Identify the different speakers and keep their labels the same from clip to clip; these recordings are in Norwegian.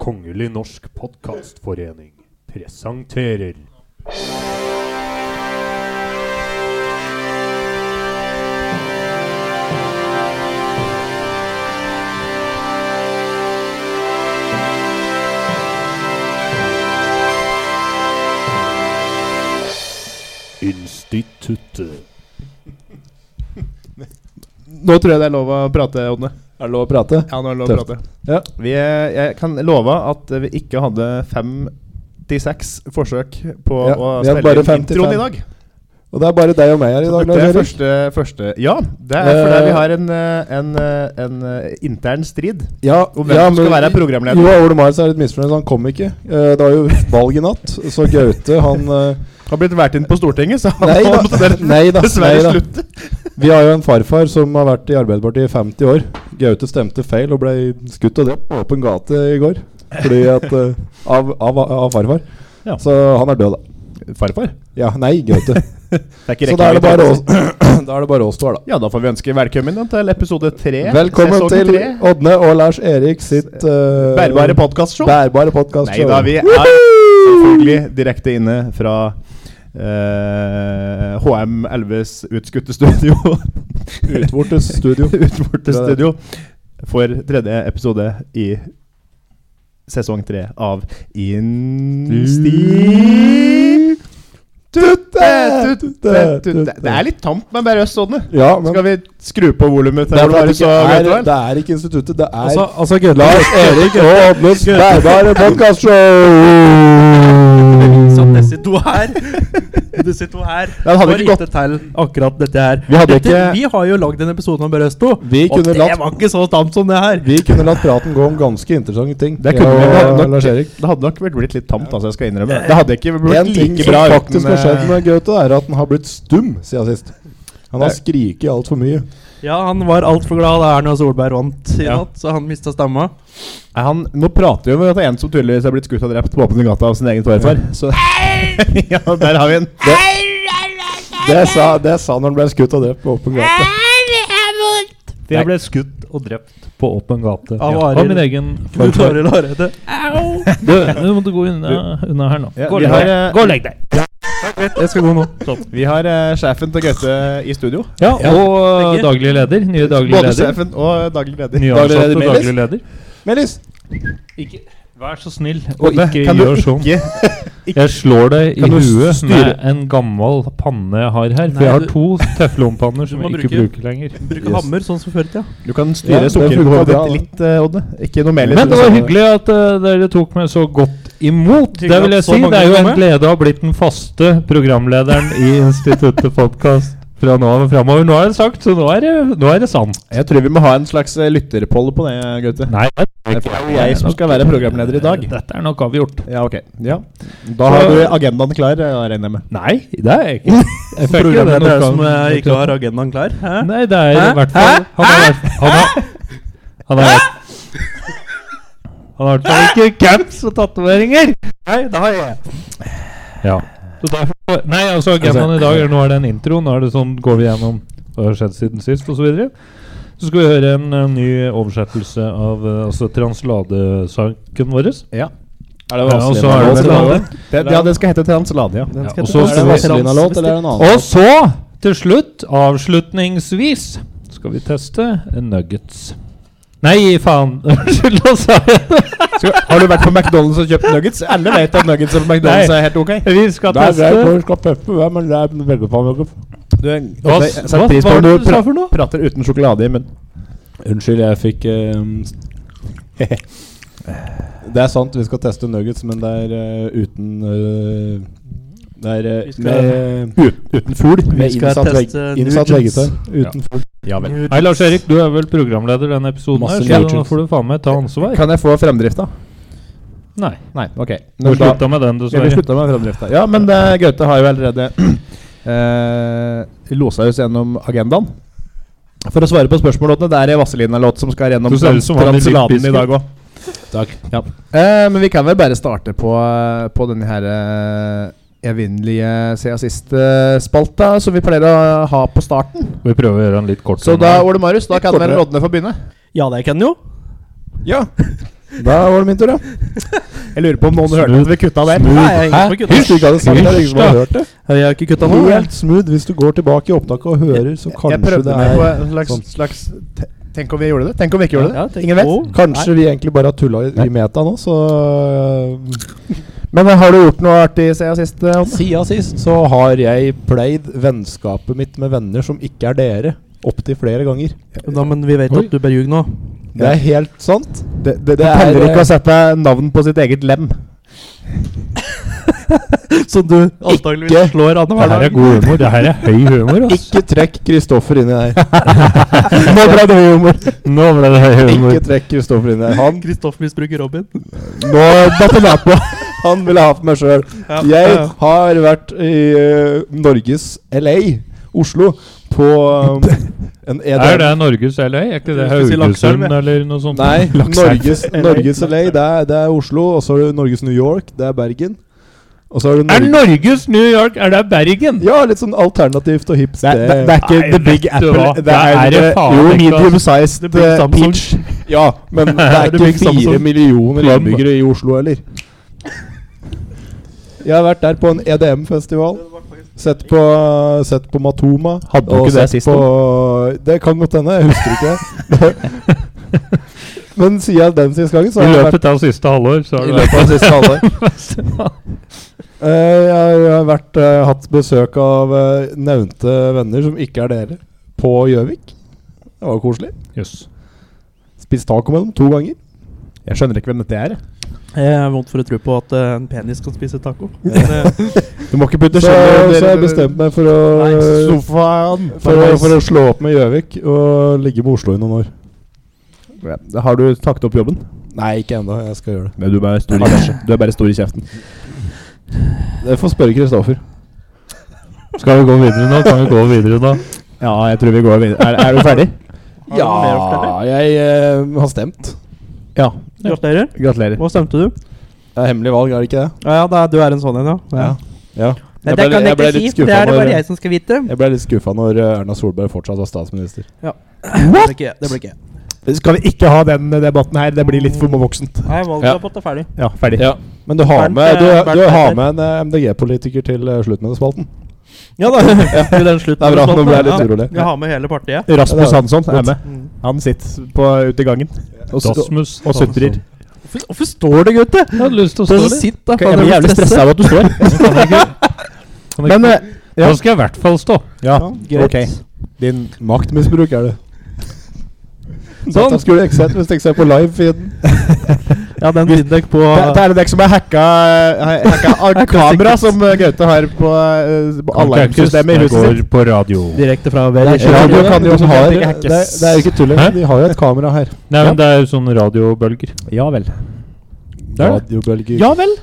Speaker 1: Kongelig norsk podkastforening presenterer Instituttet.
Speaker 2: Nå tror jeg det er lov å prate, Odne.
Speaker 3: Er det lov å prate?
Speaker 2: Ja, nå er det lov å
Speaker 3: Tøft.
Speaker 2: prate.
Speaker 3: Ja.
Speaker 2: Vi, eh, jeg kan love at vi ikke hadde 56 forsøk på
Speaker 3: Ja,
Speaker 2: å
Speaker 3: vi har
Speaker 2: spille
Speaker 3: bare
Speaker 2: inn introen i
Speaker 3: 55.
Speaker 2: dag.
Speaker 3: Og det er bare deg og meg her i dag,
Speaker 2: det
Speaker 3: Lars
Speaker 2: er
Speaker 3: Erik.
Speaker 2: første, første Ja, det er fordi
Speaker 3: Eh.
Speaker 2: vi har en, eh, en, eh, en eh, intern strid.
Speaker 3: Ja,
Speaker 2: Og hvem som skal være programleder?
Speaker 3: Jo, Ole Marius er litt misfornøyd, så han kom ikke. Eh, det var jo valg i natt, så Gaute, han eh,
Speaker 2: Har blitt valgt inn på Stortinget, så han
Speaker 3: Nei da,
Speaker 2: måtte dere
Speaker 3: nei da,
Speaker 2: dessverre
Speaker 3: nei da.
Speaker 2: slutte.
Speaker 3: Vi har jo en farfar som har vært i Arbeiderpartiet i 50 år. Gaute stemte feil og ble skutt og drept på åpen gate i går. Fordi at eh, av, av, av farfar.
Speaker 2: Ja.
Speaker 3: Så han er død, da.
Speaker 2: Farfar.
Speaker 3: Ja, nei, Gaute.
Speaker 2: Det er ikke
Speaker 3: så da er det
Speaker 2: rekkevidde,
Speaker 3: bare oss,
Speaker 2: altså.
Speaker 3: da er det bare oss to her, da.
Speaker 2: Ja, da får vi ønske velkommen da, til episode tre.
Speaker 3: Velkommen
Speaker 2: sesong
Speaker 3: til eh,
Speaker 2: tre.
Speaker 3: Ådne og Lars Erik sitt eh,
Speaker 2: Bærbare podcastshow.
Speaker 3: Bærbare podcast
Speaker 2: Nei da, vi er selvfølgelig direkte inne fra eh, HM Elves utskutte studio.
Speaker 3: Utvortes studio.
Speaker 2: Utvorte
Speaker 3: Det er det.
Speaker 2: studio. For tredje episode i sesong tre av Insti... Tutte, tutte, tutte. Det er litt tamt med bare oss sånne.
Speaker 3: Ja, men
Speaker 2: Skal vi skru på volumet
Speaker 3: det
Speaker 2: til
Speaker 3: er,
Speaker 2: hvor det
Speaker 3: det,
Speaker 2: så vet
Speaker 3: ikke
Speaker 2: du
Speaker 3: er,
Speaker 2: vel?
Speaker 3: det er ikke instituttet, det er
Speaker 4: Altså, altså Gødle
Speaker 3: Lars Erik og Ådnes bærbare
Speaker 4: Så
Speaker 3: podkastshow!
Speaker 4: disse to her Disse to her
Speaker 2: det hadde
Speaker 4: får
Speaker 2: ikke gått.
Speaker 4: ikke til akkurat dette her.
Speaker 3: Vi hadde
Speaker 4: dette,
Speaker 3: ikke-
Speaker 4: vi har jo lagd en episode om Børre Østbo, og
Speaker 3: Vi kunne
Speaker 4: det
Speaker 3: latt-
Speaker 4: var ikke så tamt som det her.
Speaker 3: Vi kunne latt praten gå om ganske interessante ting.
Speaker 2: Det kunne vi.
Speaker 3: jeg
Speaker 2: Det hadde
Speaker 3: og
Speaker 2: nok-
Speaker 3: Lars Erik.
Speaker 2: Det hadde nok vel blitt litt tamt, altså. Jeg skal innrømme det. Det hadde ikke blitt
Speaker 3: En ting
Speaker 2: like
Speaker 3: som
Speaker 2: bra
Speaker 3: faktisk har skjedd
Speaker 2: eh,
Speaker 3: med Gaute, er at han har blitt stum siden sist. Han har skriket altfor mye.
Speaker 4: Ja, han var altfor glad da Erna Solberg vant i
Speaker 2: Ja.
Speaker 4: natt, så han mista stemma.
Speaker 2: Er Han, nå prater vi om at det er en som tydeligvis er blitt skutt og drept på åpne gata av sin egen farfar. Så ja, der har vi en.
Speaker 3: Det sa, det sa når han ble skutt og drept på åpen gate.
Speaker 5: For jeg ble skutt og drept på åpen gate.
Speaker 4: Av
Speaker 5: Ja.
Speaker 4: Arild.
Speaker 5: Av min egen
Speaker 4: Knut Arild Hareide.
Speaker 5: Du, du måtte gå unna, unna her nå.
Speaker 2: Ja,
Speaker 5: Gå og
Speaker 2: vi
Speaker 5: legg
Speaker 2: har,
Speaker 5: deg.
Speaker 2: eh,
Speaker 5: Gå og legg deg.
Speaker 4: Jeg skal gå nå.
Speaker 2: Vi har eh, sjefen til Gaute i studio.
Speaker 5: Ja, og eh,
Speaker 4: Begge.
Speaker 5: daglig leder. Nye daglig
Speaker 2: Både
Speaker 5: leder.
Speaker 2: sjefen og daglig leder.
Speaker 3: Daglig
Speaker 5: Nyansatt
Speaker 3: leder
Speaker 5: og
Speaker 3: Melis.
Speaker 5: daglig leder.
Speaker 3: Melis!
Speaker 5: Ikke, vær så snill og
Speaker 2: Odne,
Speaker 5: ikke
Speaker 2: kan du
Speaker 5: gjør sånn.
Speaker 2: ikke
Speaker 5: Jeg slår deg i
Speaker 3: Kan du
Speaker 5: huet med
Speaker 3: styre-
Speaker 5: en gammel panne jeg har her.
Speaker 4: Nei,
Speaker 5: For jeg har
Speaker 4: du-
Speaker 5: to teflonpanner som
Speaker 4: må
Speaker 5: jeg ikke
Speaker 4: bruke-
Speaker 5: bruker lenger.
Speaker 4: Bruke
Speaker 3: Yes.
Speaker 4: hammer, sånn som før i tida.
Speaker 2: Du kan
Speaker 3: Ja,
Speaker 2: styre
Speaker 3: det
Speaker 2: sukkerpå
Speaker 3: fungerer
Speaker 2: ditt
Speaker 3: bra, da.
Speaker 2: litt, eh, Odne. Ikke noe mer.
Speaker 5: Men det var
Speaker 2: liksom.
Speaker 5: hyggelig at eh, dere tok meg så godt imot.
Speaker 4: Hyggelig
Speaker 5: Det vil
Speaker 4: at
Speaker 5: jeg
Speaker 4: så
Speaker 5: si.
Speaker 4: mange
Speaker 5: Det er jo en
Speaker 4: kommer.
Speaker 5: glede å ha blitt den faste programlederen i Instituttet Podcast fra nå av og framover. Nå er det sagt, så nå er det, nå er det sant.
Speaker 2: Jeg tror vi må ha en slags eh, lytterpoll på det, Gaute.
Speaker 5: Nei, det
Speaker 2: Det er jo jeg som skal være programleder i dag.
Speaker 5: Dette er nok avgjort.
Speaker 2: Ja, ok. Ja. Da har du agendaen klar, eh, regner jeg med.
Speaker 5: Nei, det er jeg ikke. Jeg fikk ikke det
Speaker 4: Programmet
Speaker 5: noe
Speaker 4: er som
Speaker 5: av-
Speaker 4: eh, ikke har agendaen klar. Hæ?
Speaker 5: Nei, det er i
Speaker 4: Hæ?
Speaker 5: hvert fall Han har vært Han har Han har vært Han har i hvert fall ikke caps og tatoveringer! Nei, det har jeg. Ja. Så derfor, nei, altså agendaen i dag er nå er det en intro. Nå er det sånn går vi gjennom hva har skjedd siden sist, osv. Så, videre. så skal vi høre en, eh, ny oversettelse av eh, altså transladesaken vår.
Speaker 2: Ja.
Speaker 3: Er det
Speaker 5: Ja, og så er det vel
Speaker 3: Vazelina-låt?
Speaker 5: alle.
Speaker 2: Det, ja, den skal hete Transladia.
Speaker 3: Den
Speaker 5: Ja,
Speaker 3: skal
Speaker 5: og
Speaker 3: hete-
Speaker 5: så-
Speaker 3: Er det Vazelina-låt, eller er det en annen?
Speaker 5: Og så, til slutt, avslutningsvis, skal vi teste nuggets. Nei, faen! Unnskyld, nå sa jeg det.
Speaker 2: Skal, har du vært på McDonald's og kjøpt nuggets? Alle vet at nuggets på McDonald's er helt ok.
Speaker 5: Vi skal
Speaker 3: Det er greit
Speaker 5: teste
Speaker 3: hvor du skal peppe, ja, men det er veldig farlig.
Speaker 2: Du,
Speaker 5: Hva,
Speaker 2: jeg
Speaker 5: hva,
Speaker 2: setter pris på
Speaker 5: var
Speaker 2: når
Speaker 5: det
Speaker 2: du
Speaker 5: du sa
Speaker 2: pra
Speaker 5: for noe?
Speaker 2: prater uten sjokolade i munnen.
Speaker 3: Unnskyld, jeg fikk eh, Det er sant, vi skal teste nuggets, men det er eh, uten eh, Det er eh,
Speaker 4: Vi skal-
Speaker 3: med,
Speaker 2: uten fugl.
Speaker 3: med
Speaker 4: skal
Speaker 3: innsatt, veg,
Speaker 4: teste
Speaker 3: innsatt
Speaker 4: nuggets.
Speaker 3: vegetar. Uten fugl.
Speaker 2: Ja vel.
Speaker 5: Hei, Lars Erik, du er vel programleder i denne episoden,
Speaker 3: Masse
Speaker 5: her, så nå
Speaker 3: nuggets.
Speaker 5: får du faen meg ta ansvar.
Speaker 2: Kan jeg få fremdrifta?
Speaker 5: Nei.
Speaker 2: Nei, ok.
Speaker 5: Du
Speaker 2: Når da-
Speaker 5: slutta med den,
Speaker 2: Ja, vi
Speaker 5: dessverre.
Speaker 2: slutta med fremdrifta. Ja, men eh, Gaute har jo allerede eh, losa oss gjennom agendaen. For å svare på spørsmålene, det er en Vazelina-låt som skal gjennom
Speaker 5: Du ser ut som han i
Speaker 2: Transladen
Speaker 5: Limp
Speaker 2: i dag òg.
Speaker 3: Takk.
Speaker 2: Ja. Eh, men vi kan vel bare starte på, eh, på denne her eh, evinnelige siden sist-spalta som vi pleier å ha på starten.
Speaker 5: Vi prøver å gjøre den litt kort.
Speaker 2: Så da, Ole Marius, da kan vel
Speaker 3: kortere.
Speaker 2: Rodne få begynne?
Speaker 4: Ja, det kan jo.
Speaker 3: Ja. Da var det min tur, ja.
Speaker 2: Jeg lurer på om noen hørte at vi kutta der.
Speaker 4: Nei, jeg har ikke kutta.
Speaker 3: Hvis du ikke hadde sagt det, hadde ingen som hadde hørt det.
Speaker 4: Jeg har ikke kutta nå. jeg.
Speaker 3: Helt smooth. Hvis du går tilbake i opptaket og hører, så
Speaker 2: Jeg
Speaker 3: kanskje
Speaker 2: prøvde
Speaker 3: det
Speaker 2: meg på
Speaker 3: er
Speaker 2: en slags,
Speaker 3: sånn.
Speaker 2: slags te- Tenk om vi gjorde det? Tenk om vi ikke gjorde
Speaker 4: Ja,
Speaker 2: det?
Speaker 4: tenk-
Speaker 2: Ingen vet?
Speaker 4: Å,
Speaker 3: Kanskje vi egentlig bare har tulla i, i meta nå, så øh,
Speaker 2: Men eh, har du gjort noe artig siden sist? eh, Odd?
Speaker 3: Siden sist så har jeg pleid vennskapet mitt med venner som ikke er dere, opptil flere ganger.
Speaker 4: Da, men vi vet
Speaker 2: Oi.
Speaker 4: at du bare ljuger nå.
Speaker 3: Det er helt sant.
Speaker 2: Det, det, det
Speaker 3: er-
Speaker 2: teller ikke å sette navn på sitt eget lem.
Speaker 4: Som du antakeligvis slår
Speaker 5: Det
Speaker 4: annenhver
Speaker 5: her er
Speaker 4: dag.
Speaker 5: god humor. Det her er høy humor. ass.
Speaker 3: Ikke trekk Kristoffer inni der.
Speaker 2: Nå ble det høy humor.
Speaker 5: Nå ble det høy humor.
Speaker 3: Ikke trekk Kristoffer inni der. Han,
Speaker 4: Kristoff misbruker Robin.
Speaker 3: nå datt han av på. Han ville ha på meg sjøl.
Speaker 4: Ja,
Speaker 3: Jeg
Speaker 4: ja.
Speaker 3: har vært i eh, Norges LA, Oslo, på um, en
Speaker 5: Er
Speaker 3: EDM.
Speaker 5: det Norges LA? Er ikke det
Speaker 4: Skulle si Lakselv,
Speaker 5: Haugesund
Speaker 4: jeg.
Speaker 5: eller noe sånt?
Speaker 3: Nei,
Speaker 5: Lakselv.
Speaker 3: Norges, Norges LA, det er, det er Oslo. Og så er det Norges New York, det er Bergen. Og så er det
Speaker 5: Er
Speaker 3: Norge
Speaker 5: Norges New York Er det Bergen?
Speaker 3: Ja, litt sånn alternativt og hipt
Speaker 2: Det er, det, det er
Speaker 3: sted.
Speaker 2: ikke
Speaker 5: Nei,
Speaker 2: The Big
Speaker 5: vet du
Speaker 2: Apple.
Speaker 5: hva?
Speaker 2: Det
Speaker 5: Det
Speaker 2: er,
Speaker 5: er
Speaker 2: det
Speaker 5: det faen
Speaker 2: jo
Speaker 5: ikke, ass.
Speaker 2: medium sized
Speaker 4: The Big
Speaker 2: eh,
Speaker 4: Samsung.
Speaker 2: peach.
Speaker 3: Ja, men det
Speaker 5: Er
Speaker 3: er
Speaker 5: det
Speaker 3: ikke
Speaker 5: bygd samme
Speaker 3: fire
Speaker 5: som
Speaker 3: millioner
Speaker 5: Klum?
Speaker 3: innbyggere i Oslo heller. Jeg har vært der på en EDM-festival. Sett på, sett på Matoma.
Speaker 2: Hadde du
Speaker 3: og
Speaker 2: ikke det
Speaker 3: sett
Speaker 2: sist
Speaker 3: På, det kan godt hende, jeg husker ikke. Men siden jeg den siste gangen, så
Speaker 5: I
Speaker 3: har jeg vært
Speaker 5: løpet av siste halvår, så har
Speaker 3: i
Speaker 5: det
Speaker 3: løpet av siste halvår. Eh, jeg har vært, eh, hatt besøk av eh, nevnte venner som ikke er dere, på Gjøvik. Det var koselig.
Speaker 5: Jøss.
Speaker 3: Spist taco med dem to ganger.
Speaker 2: Jeg skjønner ikke hvem dette er.
Speaker 4: Jeg er vondt for å tro på at eh, en penis kan spise taco. Men, eh,
Speaker 2: Du må ikke putte
Speaker 3: Så, så har jeg bestemt meg for å,
Speaker 2: Sofaen.
Speaker 3: Eh, for, å, for å slå opp med Gjøvik og ligge med Oslo i noen år.
Speaker 2: Har du takket opp jobben?
Speaker 3: Nei, ikke ennå. Jeg skal gjøre det.
Speaker 2: Nei, du er bare stor i kjeften. Du er bare stor i kjeften.
Speaker 3: Jeg får spørre Kristoffer.
Speaker 5: Skal vi gå videre nå? Kan vi gå videre nå?
Speaker 2: Ja, jeg tror vi går videre. Er, er du ferdig?
Speaker 4: har du noe mer å fortelle?
Speaker 3: jeg eh, har stemt.
Speaker 2: Ja.
Speaker 4: Gratulerer.
Speaker 2: Gratulerer.
Speaker 4: Hva stemte du?
Speaker 3: Det er hemmelig valg, er det ikke det?
Speaker 4: Ja, ja, da- du er en sånn en, ja.
Speaker 3: Ja. Jeg ble- jeg ble litt skuffet når-
Speaker 4: som skal vite.
Speaker 3: Jeg ble litt skuffa når eh, Erna Solberg fortsatt var statsminister.
Speaker 4: Det ble ikke jeg. Det ble ikke jeg.
Speaker 2: Skal vi ikke ha den eh, debatten her? Det blir litt for voksent.
Speaker 4: Nei, valgkampen er ferdig.
Speaker 2: Ja, ferdig.
Speaker 3: Men du har
Speaker 4: Bernt,
Speaker 3: med, du,
Speaker 4: eh,
Speaker 3: du
Speaker 4: Bernt
Speaker 3: har
Speaker 4: Petter.
Speaker 3: med en eh, MDG-politiker til eh, slutt med spalten.
Speaker 4: Ja da. Til den slutten.
Speaker 3: Det er bra, nå ble jeg litt
Speaker 4: Ja.
Speaker 3: urolig.
Speaker 4: Vi har med hele partiet.
Speaker 3: Ja, det
Speaker 2: Rasmus
Speaker 3: er
Speaker 2: Hansson er
Speaker 3: godt.
Speaker 2: med. Han sitter på, ute i gangen. Og så-
Speaker 5: Dasmus.
Speaker 2: og sutrer.
Speaker 4: Hvorfor, hvorfor står det, gutter?
Speaker 5: Jeg hadde lyst til å
Speaker 4: Det
Speaker 5: stå
Speaker 4: er så
Speaker 5: litt.
Speaker 4: sitt, da.
Speaker 2: Jeg blir jævlig stressa av at du står.
Speaker 5: Kan jeg-
Speaker 2: Men eh, ja.
Speaker 5: Nå skal jeg i hvert fall stå.
Speaker 2: Ja,
Speaker 4: greit.
Speaker 2: ok. Din
Speaker 3: Maktmisbruk er det.
Speaker 4: Sånn.
Speaker 3: Sånn skulle jeg ikke sett hvis jeg ikke ser på live-feeden.
Speaker 4: Ja, den Tindek på
Speaker 2: Det, det er det dere som har hacka, eh, hacka ar- kamera som eh, Gaute har på, eh, på alarmsystemet i
Speaker 5: Jeg
Speaker 2: huset
Speaker 5: går
Speaker 2: sitt.
Speaker 5: på radio.
Speaker 4: direkte fra
Speaker 3: Det,
Speaker 2: ikke radio
Speaker 3: det,
Speaker 2: kan jo
Speaker 4: sånn
Speaker 2: som
Speaker 3: har,
Speaker 2: kjent
Speaker 3: det,
Speaker 2: ikke hackes.
Speaker 3: det er jo ikke tull engang. De har jo et kamera her.
Speaker 5: Nei, men det er jo sånne radiobølger.
Speaker 2: Ja vel.
Speaker 5: Der.
Speaker 3: Radiobølger.
Speaker 2: Ja vel.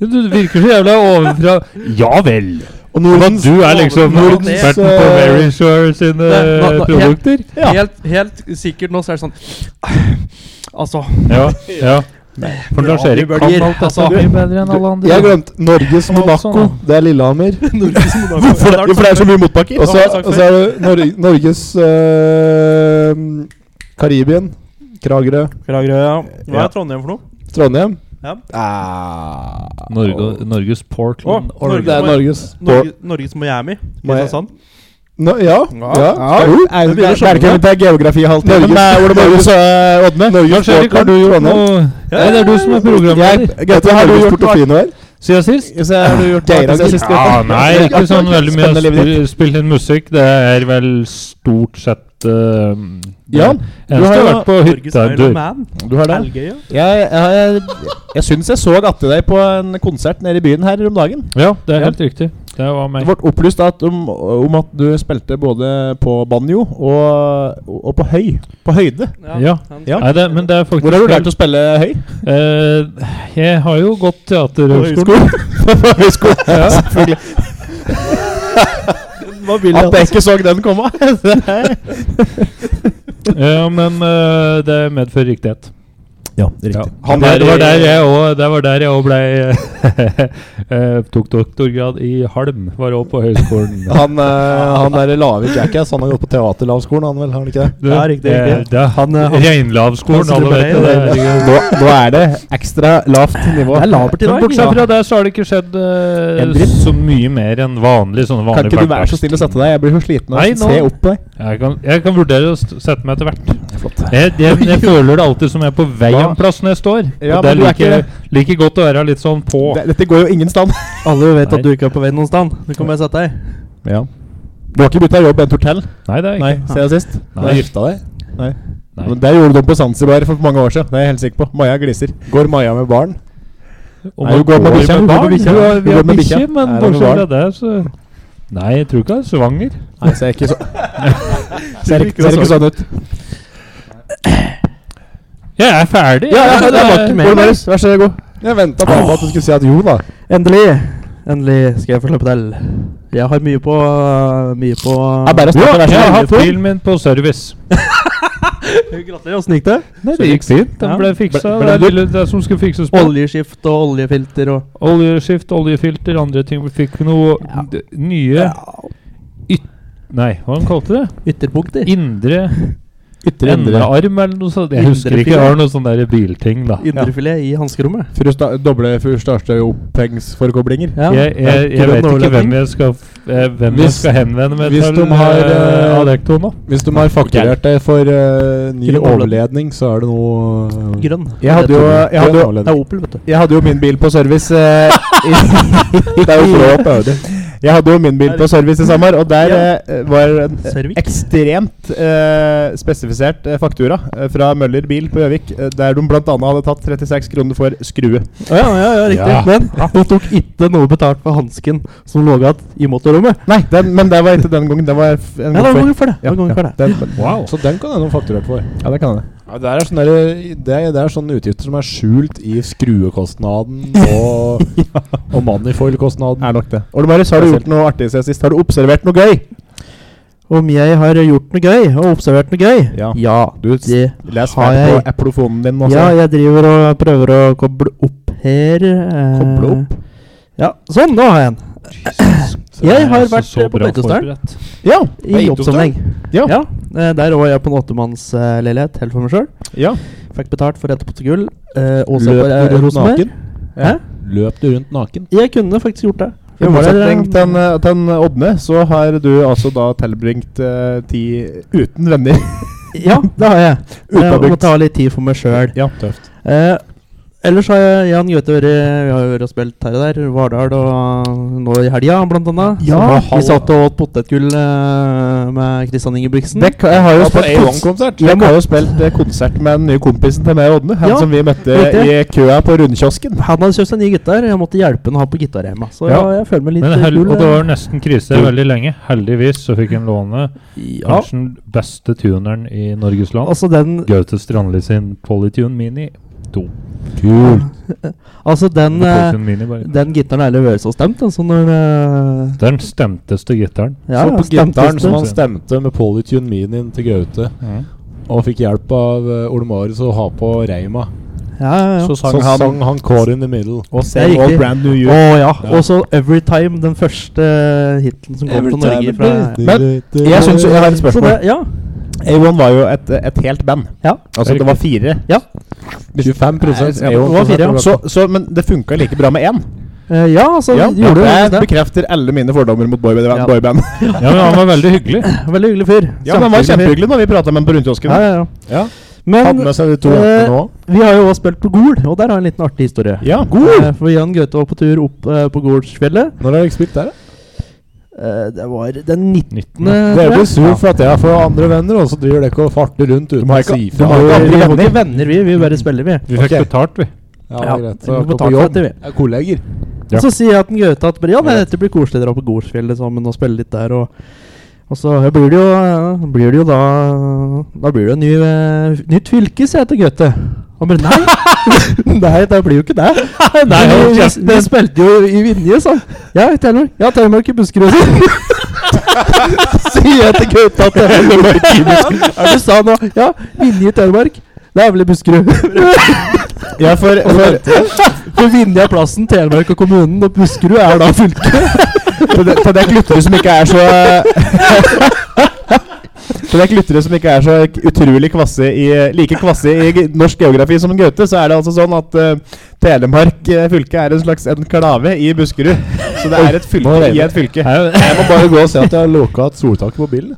Speaker 5: Ja, Du virker så jævla ovenfra. Ja vel!
Speaker 3: Og
Speaker 5: Men
Speaker 3: Nordens
Speaker 5: du er liksom
Speaker 4: Nordens,
Speaker 5: eksperten på
Speaker 3: eh,
Speaker 5: Mary Shore sine
Speaker 4: Nei, nå- nå-
Speaker 5: produkter.
Speaker 2: Ja.
Speaker 4: Helt, helt sikkert nå så er det sånn Altså
Speaker 5: Ja, ja. For Lars Erik kan
Speaker 4: Radiobølger,
Speaker 5: alt dette
Speaker 4: altså.
Speaker 5: mye bedre enn alle andre.
Speaker 3: Jeg har glemt Norges Monaco. Det er Lillehammer.
Speaker 4: Norges Monaco.
Speaker 2: For det, jo, for det er så mye motbakker.
Speaker 3: Og så
Speaker 4: sagt
Speaker 3: og så er det Nor Norges eh, Karibien. Kragerø.
Speaker 4: Kragerø, ja. Hva er Trondheim for noe?
Speaker 3: Trondheim.
Speaker 4: Ja.
Speaker 3: Ah.
Speaker 5: Norge, Norges Portland.
Speaker 4: Å, Norge-
Speaker 3: Det er Norges.
Speaker 4: Norge, Norges Miami. Kristiansand.
Speaker 3: Nå- ja. ja.
Speaker 2: jo. Er
Speaker 4: Det begynner å skjønne
Speaker 2: det ikke litt geografihalvtime
Speaker 3: Norges-
Speaker 2: med Ole Borges og eh, Odne?
Speaker 5: Lars Erik, har du gjort noe? Ja, det er du som er programleder.
Speaker 3: Jeg- Gaute, har du gjort portofino her?
Speaker 5: Siden sist?
Speaker 2: Har du gjort noe
Speaker 3: Geiranger.
Speaker 2: siden sist?
Speaker 5: Ja,
Speaker 2: Gaute?
Speaker 5: nei, ikke sånn veldig mye
Speaker 2: Spennende livet ditt.
Speaker 5: sp spilt inn musikk. Det er vel stort sett uh,
Speaker 2: Ja,
Speaker 5: Eneste jeg har vært på
Speaker 4: Norges
Speaker 5: hytta du,
Speaker 4: Iron Man.
Speaker 2: Du har det?
Speaker 4: Helgøya.
Speaker 2: Jeg, jeg, jeg syns jeg så Atte deg på en konsert nede i byen her om dagen.
Speaker 5: Ja, det er helt riktig. Det var
Speaker 2: Det
Speaker 5: meg.
Speaker 2: ble opplyst at, om, om at du spilte både på banjo og, og på høy. På høyde.
Speaker 5: Ja.
Speaker 4: han-
Speaker 2: Ja.
Speaker 5: Nei, det, men det er faktisk
Speaker 2: Hvor har du lært å spille høy?
Speaker 5: Eh, Jeg har jo gått teaterhøgskolen.
Speaker 2: På høyskolen, ja. selvfølgelig. At jeg ikke så den komme.
Speaker 5: ja, men eh, det medfører riktighet.
Speaker 2: Ja, riktig.
Speaker 3: Han
Speaker 5: det,
Speaker 3: er
Speaker 5: var
Speaker 3: i-
Speaker 5: der jeg
Speaker 2: eh,
Speaker 5: også- det var der jeg òg ble eh, Tok doktorgrad i halm. Var òg på høyskolen.
Speaker 3: Han, eh, han der Lavik Jackass, han har gått på teaterlavskolen, han vel? Har han ikke det?
Speaker 5: Du,
Speaker 4: Ja, riktig,
Speaker 5: det-
Speaker 4: riktig.
Speaker 5: det-
Speaker 4: Han, eh, han-
Speaker 5: Reinlavskolen,
Speaker 4: han
Speaker 5: alle vet
Speaker 4: driver
Speaker 5: det.
Speaker 4: med
Speaker 5: herregud.
Speaker 2: Nå, nå er det ekstra lavt nivå.
Speaker 4: Det er labert i
Speaker 5: Men
Speaker 4: dag.
Speaker 5: bortsett
Speaker 4: ja.
Speaker 5: fra det, så har det ikke skjedd eh,
Speaker 2: En dritt.
Speaker 5: så mye mer enn vanlig. Sånne vanlige
Speaker 2: Kan ikke du være så
Speaker 5: hverdags-
Speaker 2: snill å sette deg? Jeg blir så sliten av
Speaker 5: Nei,
Speaker 2: å se
Speaker 5: nå-
Speaker 2: opp på deg.
Speaker 5: Jeg kan, jeg kan vurdere å st- sette meg etter hvert.
Speaker 2: Flott.
Speaker 5: Jeg, jeg, jeg føler det alltid som jeg er på vei
Speaker 2: Hva?
Speaker 5: en plass når jeg står.
Speaker 2: Ja,
Speaker 5: og det er
Speaker 2: men du er
Speaker 5: like,
Speaker 2: ikke
Speaker 5: like godt å være litt sånn på.
Speaker 2: Det- Dette går jo ingen stand.
Speaker 4: Alle vet
Speaker 5: Nei.
Speaker 4: at du ikke er på vei noen sted. Du kan bare sette deg.
Speaker 2: Ja. Du har ikke bytta jobb en tur til?
Speaker 5: Nei, det er
Speaker 2: Nei,
Speaker 5: ikke
Speaker 2: ser jeg sist.
Speaker 5: Nei.
Speaker 2: Du har gifta deg? Nei.
Speaker 5: Nei.
Speaker 2: Men Det gjorde de på Zanzibar for mange år siden. Det er jeg helt sikker på. Maja gliser.
Speaker 3: Går Maja med barn?
Speaker 5: Og man
Speaker 2: Nei, du går med bikkja,
Speaker 5: jo
Speaker 2: du går med
Speaker 5: barn. Vi
Speaker 2: bikkja.
Speaker 5: har-
Speaker 2: Du
Speaker 5: Vi
Speaker 2: går
Speaker 5: har
Speaker 2: med
Speaker 5: bikkje,
Speaker 2: bikkja.
Speaker 5: men
Speaker 2: Er det
Speaker 5: bortsett fra
Speaker 2: barn?
Speaker 5: det, så Nei, jeg tror ikke jeg er svanger.
Speaker 2: Nei, ser ikke, så, ser ikke, ser ikke sånn ut.
Speaker 5: Jeg er ferdig.
Speaker 2: Ja, ja,
Speaker 5: jeg.
Speaker 2: det var ikke mer.
Speaker 4: Ole
Speaker 2: Marius, vær så god.
Speaker 3: Jeg venta bare på at du skulle si at jo, da.
Speaker 4: Endelig. Endelig skal jeg få slippe til. Jeg har mye på Mye på
Speaker 2: Det er bare å
Speaker 5: Ja,
Speaker 2: starte, vær
Speaker 5: jeg
Speaker 2: så
Speaker 5: har
Speaker 2: god.
Speaker 5: hatt bilen min på service.
Speaker 4: Gratulerer. Åssen gikk det?
Speaker 5: Nei, det gikk fint. Den
Speaker 4: Ja.
Speaker 5: ble fiksa.
Speaker 2: Ble- ble
Speaker 5: Det,
Speaker 2: det
Speaker 5: er lille- det som skulle fikses på.
Speaker 4: Oljeskift og oljefilter og
Speaker 5: Oljeskift, oljefilter, andre ting. Vi fikk noe d- nye yt... Nei, hva han kalte det?
Speaker 4: ytterpunkter.
Speaker 5: Indre
Speaker 2: Ytre indre.
Speaker 5: endearm eller noe sånt. Jeg
Speaker 4: Indre
Speaker 5: husker ikke. Det
Speaker 4: filet.
Speaker 5: var noe sånn der bilting, da.
Speaker 4: Indrefilet i hanskerommet.
Speaker 2: Frusta- Doble frustrasjonsforkoblinger.
Speaker 4: Ja.
Speaker 5: Jeg, jeg, jeg vet ikke hvem jeg skal, f- eh, hvem jeg
Speaker 3: Hvis-
Speaker 5: skal henvende meg
Speaker 3: hvis
Speaker 5: til
Speaker 3: de har,
Speaker 5: eh,
Speaker 3: eh,
Speaker 5: Adecto nå.
Speaker 3: Hvis de har fakturert deg for eh, ny
Speaker 4: Grønn
Speaker 3: overledning,
Speaker 4: overledning.
Speaker 3: så er det noe eh,
Speaker 4: Grønn.
Speaker 2: Jeg hadde jo,
Speaker 3: tror jeg.
Speaker 2: jeg hadde jo
Speaker 4: Det er Opel, vet du.
Speaker 2: Jeg hadde jo min bil på service eh, i,
Speaker 3: Det er jo bra på Audi.
Speaker 2: Jeg hadde jo min bil på service i sommer, og der eh, var en
Speaker 4: Servik.
Speaker 2: ekstremt eh, spesifisert eh, faktura eh, fra Møller bil på Gjøvik, eh, der de bl.a. hadde tatt 36 kroner for skrue.
Speaker 4: Å ja, ja, ja, riktig.
Speaker 5: Ja.
Speaker 4: Men han tok ikke noe betalt for hansken som lå igjen i motorrommet.
Speaker 2: Nei, den, men det var ikke den gangen. Det var f- en
Speaker 4: Ja, det var
Speaker 2: gang før.
Speaker 4: gangen før det. det.
Speaker 2: Ja,
Speaker 4: var gangen før
Speaker 2: ja,
Speaker 4: det.
Speaker 2: den,
Speaker 5: Wow.
Speaker 3: Så den kan hende de fakturert for.
Speaker 2: ja, det kan hende.
Speaker 3: Ja, det, er sånne, der- det, er- det er sånne utgifter som er skjult i skruekostnaden og,
Speaker 2: Er
Speaker 3: og manifoil-kostnaden.
Speaker 2: nok det. Ole Marius, har du gjort noe artig siden sist? Har du observert noe gøy?
Speaker 4: Om jeg har gjort noe gøy og observert noe gøy?
Speaker 2: Ja.
Speaker 4: Du, det
Speaker 2: Les
Speaker 4: Har
Speaker 2: mer på
Speaker 4: jeg-
Speaker 2: aplofonen din. Også.
Speaker 4: Ja, jeg driver og prøver å koble opp her. eh.
Speaker 2: Koble opp?
Speaker 4: Ja, sånn, nå har jeg en.
Speaker 5: Så
Speaker 4: Jeg
Speaker 5: det er
Speaker 4: har
Speaker 5: altså
Speaker 4: vært, eh, på
Speaker 5: bra
Speaker 4: Beitostølen.
Speaker 5: forberedt.
Speaker 2: Ja.
Speaker 4: I jobbsammenheng.
Speaker 2: Ja.
Speaker 4: ja. eh, Der var jeg på en åttemannsleilighet helt for meg sjøl.
Speaker 2: ja.
Speaker 4: Fikk betalt for ett potte gull. Eh, og så
Speaker 3: Løp
Speaker 4: bare
Speaker 3: du rundt
Speaker 4: Rosenborg.
Speaker 3: naken?
Speaker 4: Hæ?
Speaker 3: Løp du rundt naken?
Speaker 4: Jeg kunne faktisk gjort det.
Speaker 2: I
Speaker 4: Jeg var der,
Speaker 2: motsetning
Speaker 4: eh,
Speaker 2: til en, eh, til en Odne, så har du altså da tilbringt eh, tid uten venner.
Speaker 4: Ja, det har jeg. Jeg
Speaker 2: Utabukt.
Speaker 4: måtte ha litt tid for meg sjøl.
Speaker 2: ja, tøft.
Speaker 4: Eh, ellers har jeg, jeg og han Gaute vært Vi har jo vært og spilt her og der. Vardal og nå i helga, blant annet.
Speaker 2: Ja.
Speaker 4: vi satt og åt potetgull eh, med Kristian Ingebrigtsen.
Speaker 2: Det, jeg har jo
Speaker 3: Ja, på
Speaker 2: spilt, kons
Speaker 3: A1-konsert?
Speaker 2: jeg har jo spilt eh, konsert med den nye kompisen til meg og Odne, han
Speaker 4: Ja,
Speaker 2: som vi møtte
Speaker 4: vet
Speaker 2: i
Speaker 4: jeg.
Speaker 2: køa på rundkiosken.
Speaker 4: Han hadde kjøpt seg ny gitar. Jeg måtte hjelpe han å ha på gitar hjemme. Så
Speaker 2: Ja.
Speaker 4: ja, jeg føler meg litt
Speaker 5: Men
Speaker 4: eh,
Speaker 5: hel,
Speaker 4: kul.
Speaker 5: og det
Speaker 4: eh.
Speaker 5: var nesten krise veldig lenge. Heldigvis så fikk en låne
Speaker 4: ja.
Speaker 5: kanskje den beste tuneren i Norges land.
Speaker 4: Altså den
Speaker 5: Gaute Strandli sin Polytune Mini 2.
Speaker 4: Altså den eh,
Speaker 5: Polytune Mini bare.
Speaker 4: Den gitaren har aldri vært så stemt, altså når eh,
Speaker 5: Det er den stemteste gitaren.
Speaker 4: ja,
Speaker 3: så på
Speaker 4: stemtes
Speaker 3: gitaren
Speaker 4: det.
Speaker 3: som han stemte med Polytune Minien til Gaute, og fikk hjelp av eh, Ole Marius å ha på reima,
Speaker 4: Ja, ja, ja.
Speaker 2: Så
Speaker 3: så
Speaker 2: sang han
Speaker 3: sang han Caught in the Middle.
Speaker 2: og
Speaker 4: Det
Speaker 2: sang
Speaker 4: er
Speaker 2: all
Speaker 4: riktig.
Speaker 2: brand new
Speaker 4: Å
Speaker 2: you.
Speaker 4: ja. Og så Everytime, den første hiten som kom til Norge fra
Speaker 2: Men jeg synes jo- jeg har et
Speaker 4: Så det,
Speaker 2: spørsmål.
Speaker 4: ja.
Speaker 2: A1 var jo et, eh, et helt band.
Speaker 4: Ja.
Speaker 2: Altså det var fire.
Speaker 4: Ja.
Speaker 3: 25
Speaker 2: Ja, det var fire. Så, så, men det funka like bra med én.
Speaker 4: Eh, ja, altså
Speaker 2: Ja,
Speaker 4: gjorde
Speaker 2: det
Speaker 4: det.
Speaker 2: bekrefter alle mine fordommer mot boyband.
Speaker 4: Ja.
Speaker 2: boyband.
Speaker 5: Ja, men han var veldig hyggelig.
Speaker 4: Veldig hyggelig fyr.
Speaker 2: Ja, men han var
Speaker 4: Kjempehyggelig fyr.
Speaker 2: kjempehyggelig når vi prata med ham på rundkiosken.
Speaker 4: Ja, ja, ja.
Speaker 2: Ja. Hadde
Speaker 4: Men
Speaker 2: med seg de to
Speaker 4: eh,
Speaker 2: jentene òg.
Speaker 4: vi har jo også spilt på Gol, og der har jeg en liten artig historie.
Speaker 2: Ja,
Speaker 4: Eh, for Jan Gaute var på tur opp eh, på Golsfjellet.
Speaker 3: Når har dere spilt der, da?
Speaker 4: Eh, det var den 19.
Speaker 5: 19.
Speaker 3: Dere
Speaker 4: tror
Speaker 3: blir
Speaker 4: jeg.
Speaker 3: sur for at jeg får andre venner, og så driver dere og farter rundt uten å si
Speaker 2: de
Speaker 3: ifra.
Speaker 2: har jo
Speaker 4: Vi
Speaker 2: aldri
Speaker 4: var
Speaker 2: venner.
Speaker 4: ikke venner, vi. Vi bare spiller, vi.
Speaker 5: Vi fikk
Speaker 3: Ok.
Speaker 5: betalt, vi.
Speaker 3: Ja, det er greit. Så
Speaker 4: vi
Speaker 3: dere
Speaker 4: må
Speaker 3: er
Speaker 4: betale
Speaker 3: på
Speaker 4: for
Speaker 3: jobb.
Speaker 4: dette, vi.
Speaker 3: Er kolleger.
Speaker 5: Ja.
Speaker 4: Og så sier jeg til den Gaute at bare, ja, nei, dette blir koselig å dra på Gorsfjellet sammen og spille litt der. Og, og så blir det jo, eh, blir det jo da Da blir det jo ny, eh, nytt fylke, sier jeg til Gaute. Han bare nei, nei, det blir jo ikke det. Nei,
Speaker 5: hold
Speaker 4: vi,
Speaker 5: kjeften
Speaker 4: vi spilte jo i Vinje, sa han. Ja, i Telemark. Ja, Telemark i Buskerud. sier jeg til Gaute at det er Telemark i Buskerud. Ja, du sa nå. Ja, Vinje i Telemark. Det er vel i Buskerud.
Speaker 2: Ja, for, for
Speaker 4: For Vinja, Plassen, Telemark og kommunen, og Buskerud er da fylket.
Speaker 2: på de- på dere lyttere som ikke er så På dere lyttere som ikke er så k- utrolig kvasse i, like kvasse i ge- norsk geografi som Gaute, så er det altså sånn at eh, Telemark eh, fylke er en slags enklave i Buskerud. Så det er et
Speaker 3: nå
Speaker 2: fylke
Speaker 3: regner
Speaker 2: i et fylke.
Speaker 3: Jeg må bare gå og se at jeg har lukka igjen soltaket på bilen.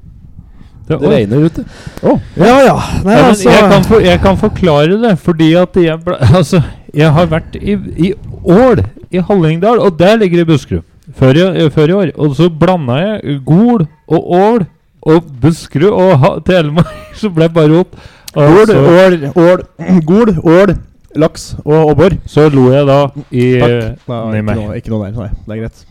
Speaker 5: Det,
Speaker 3: Det regner ute.
Speaker 4: Ja, ja. Nei,
Speaker 5: Ja, men
Speaker 4: altså
Speaker 5: jeg, kan for, jeg kan forklare det, fordi at jeg, ble- altså, jeg har vært i, i Ål, i Hallingdal, og der ligger det i Buskerud. Før i, eh, før i år. Og så blanda jeg Gol og Ål og Buskerud og ha, Telemark, så ble det bare rot. Og
Speaker 2: Ål,
Speaker 5: så,
Speaker 2: ål, ål, gol, ål, laks og åbor.
Speaker 5: så lo jeg da i eh,
Speaker 2: Nei,
Speaker 5: Nei,
Speaker 2: ikke
Speaker 5: meg.
Speaker 2: noe, ikke noe der. Nei, det er greit.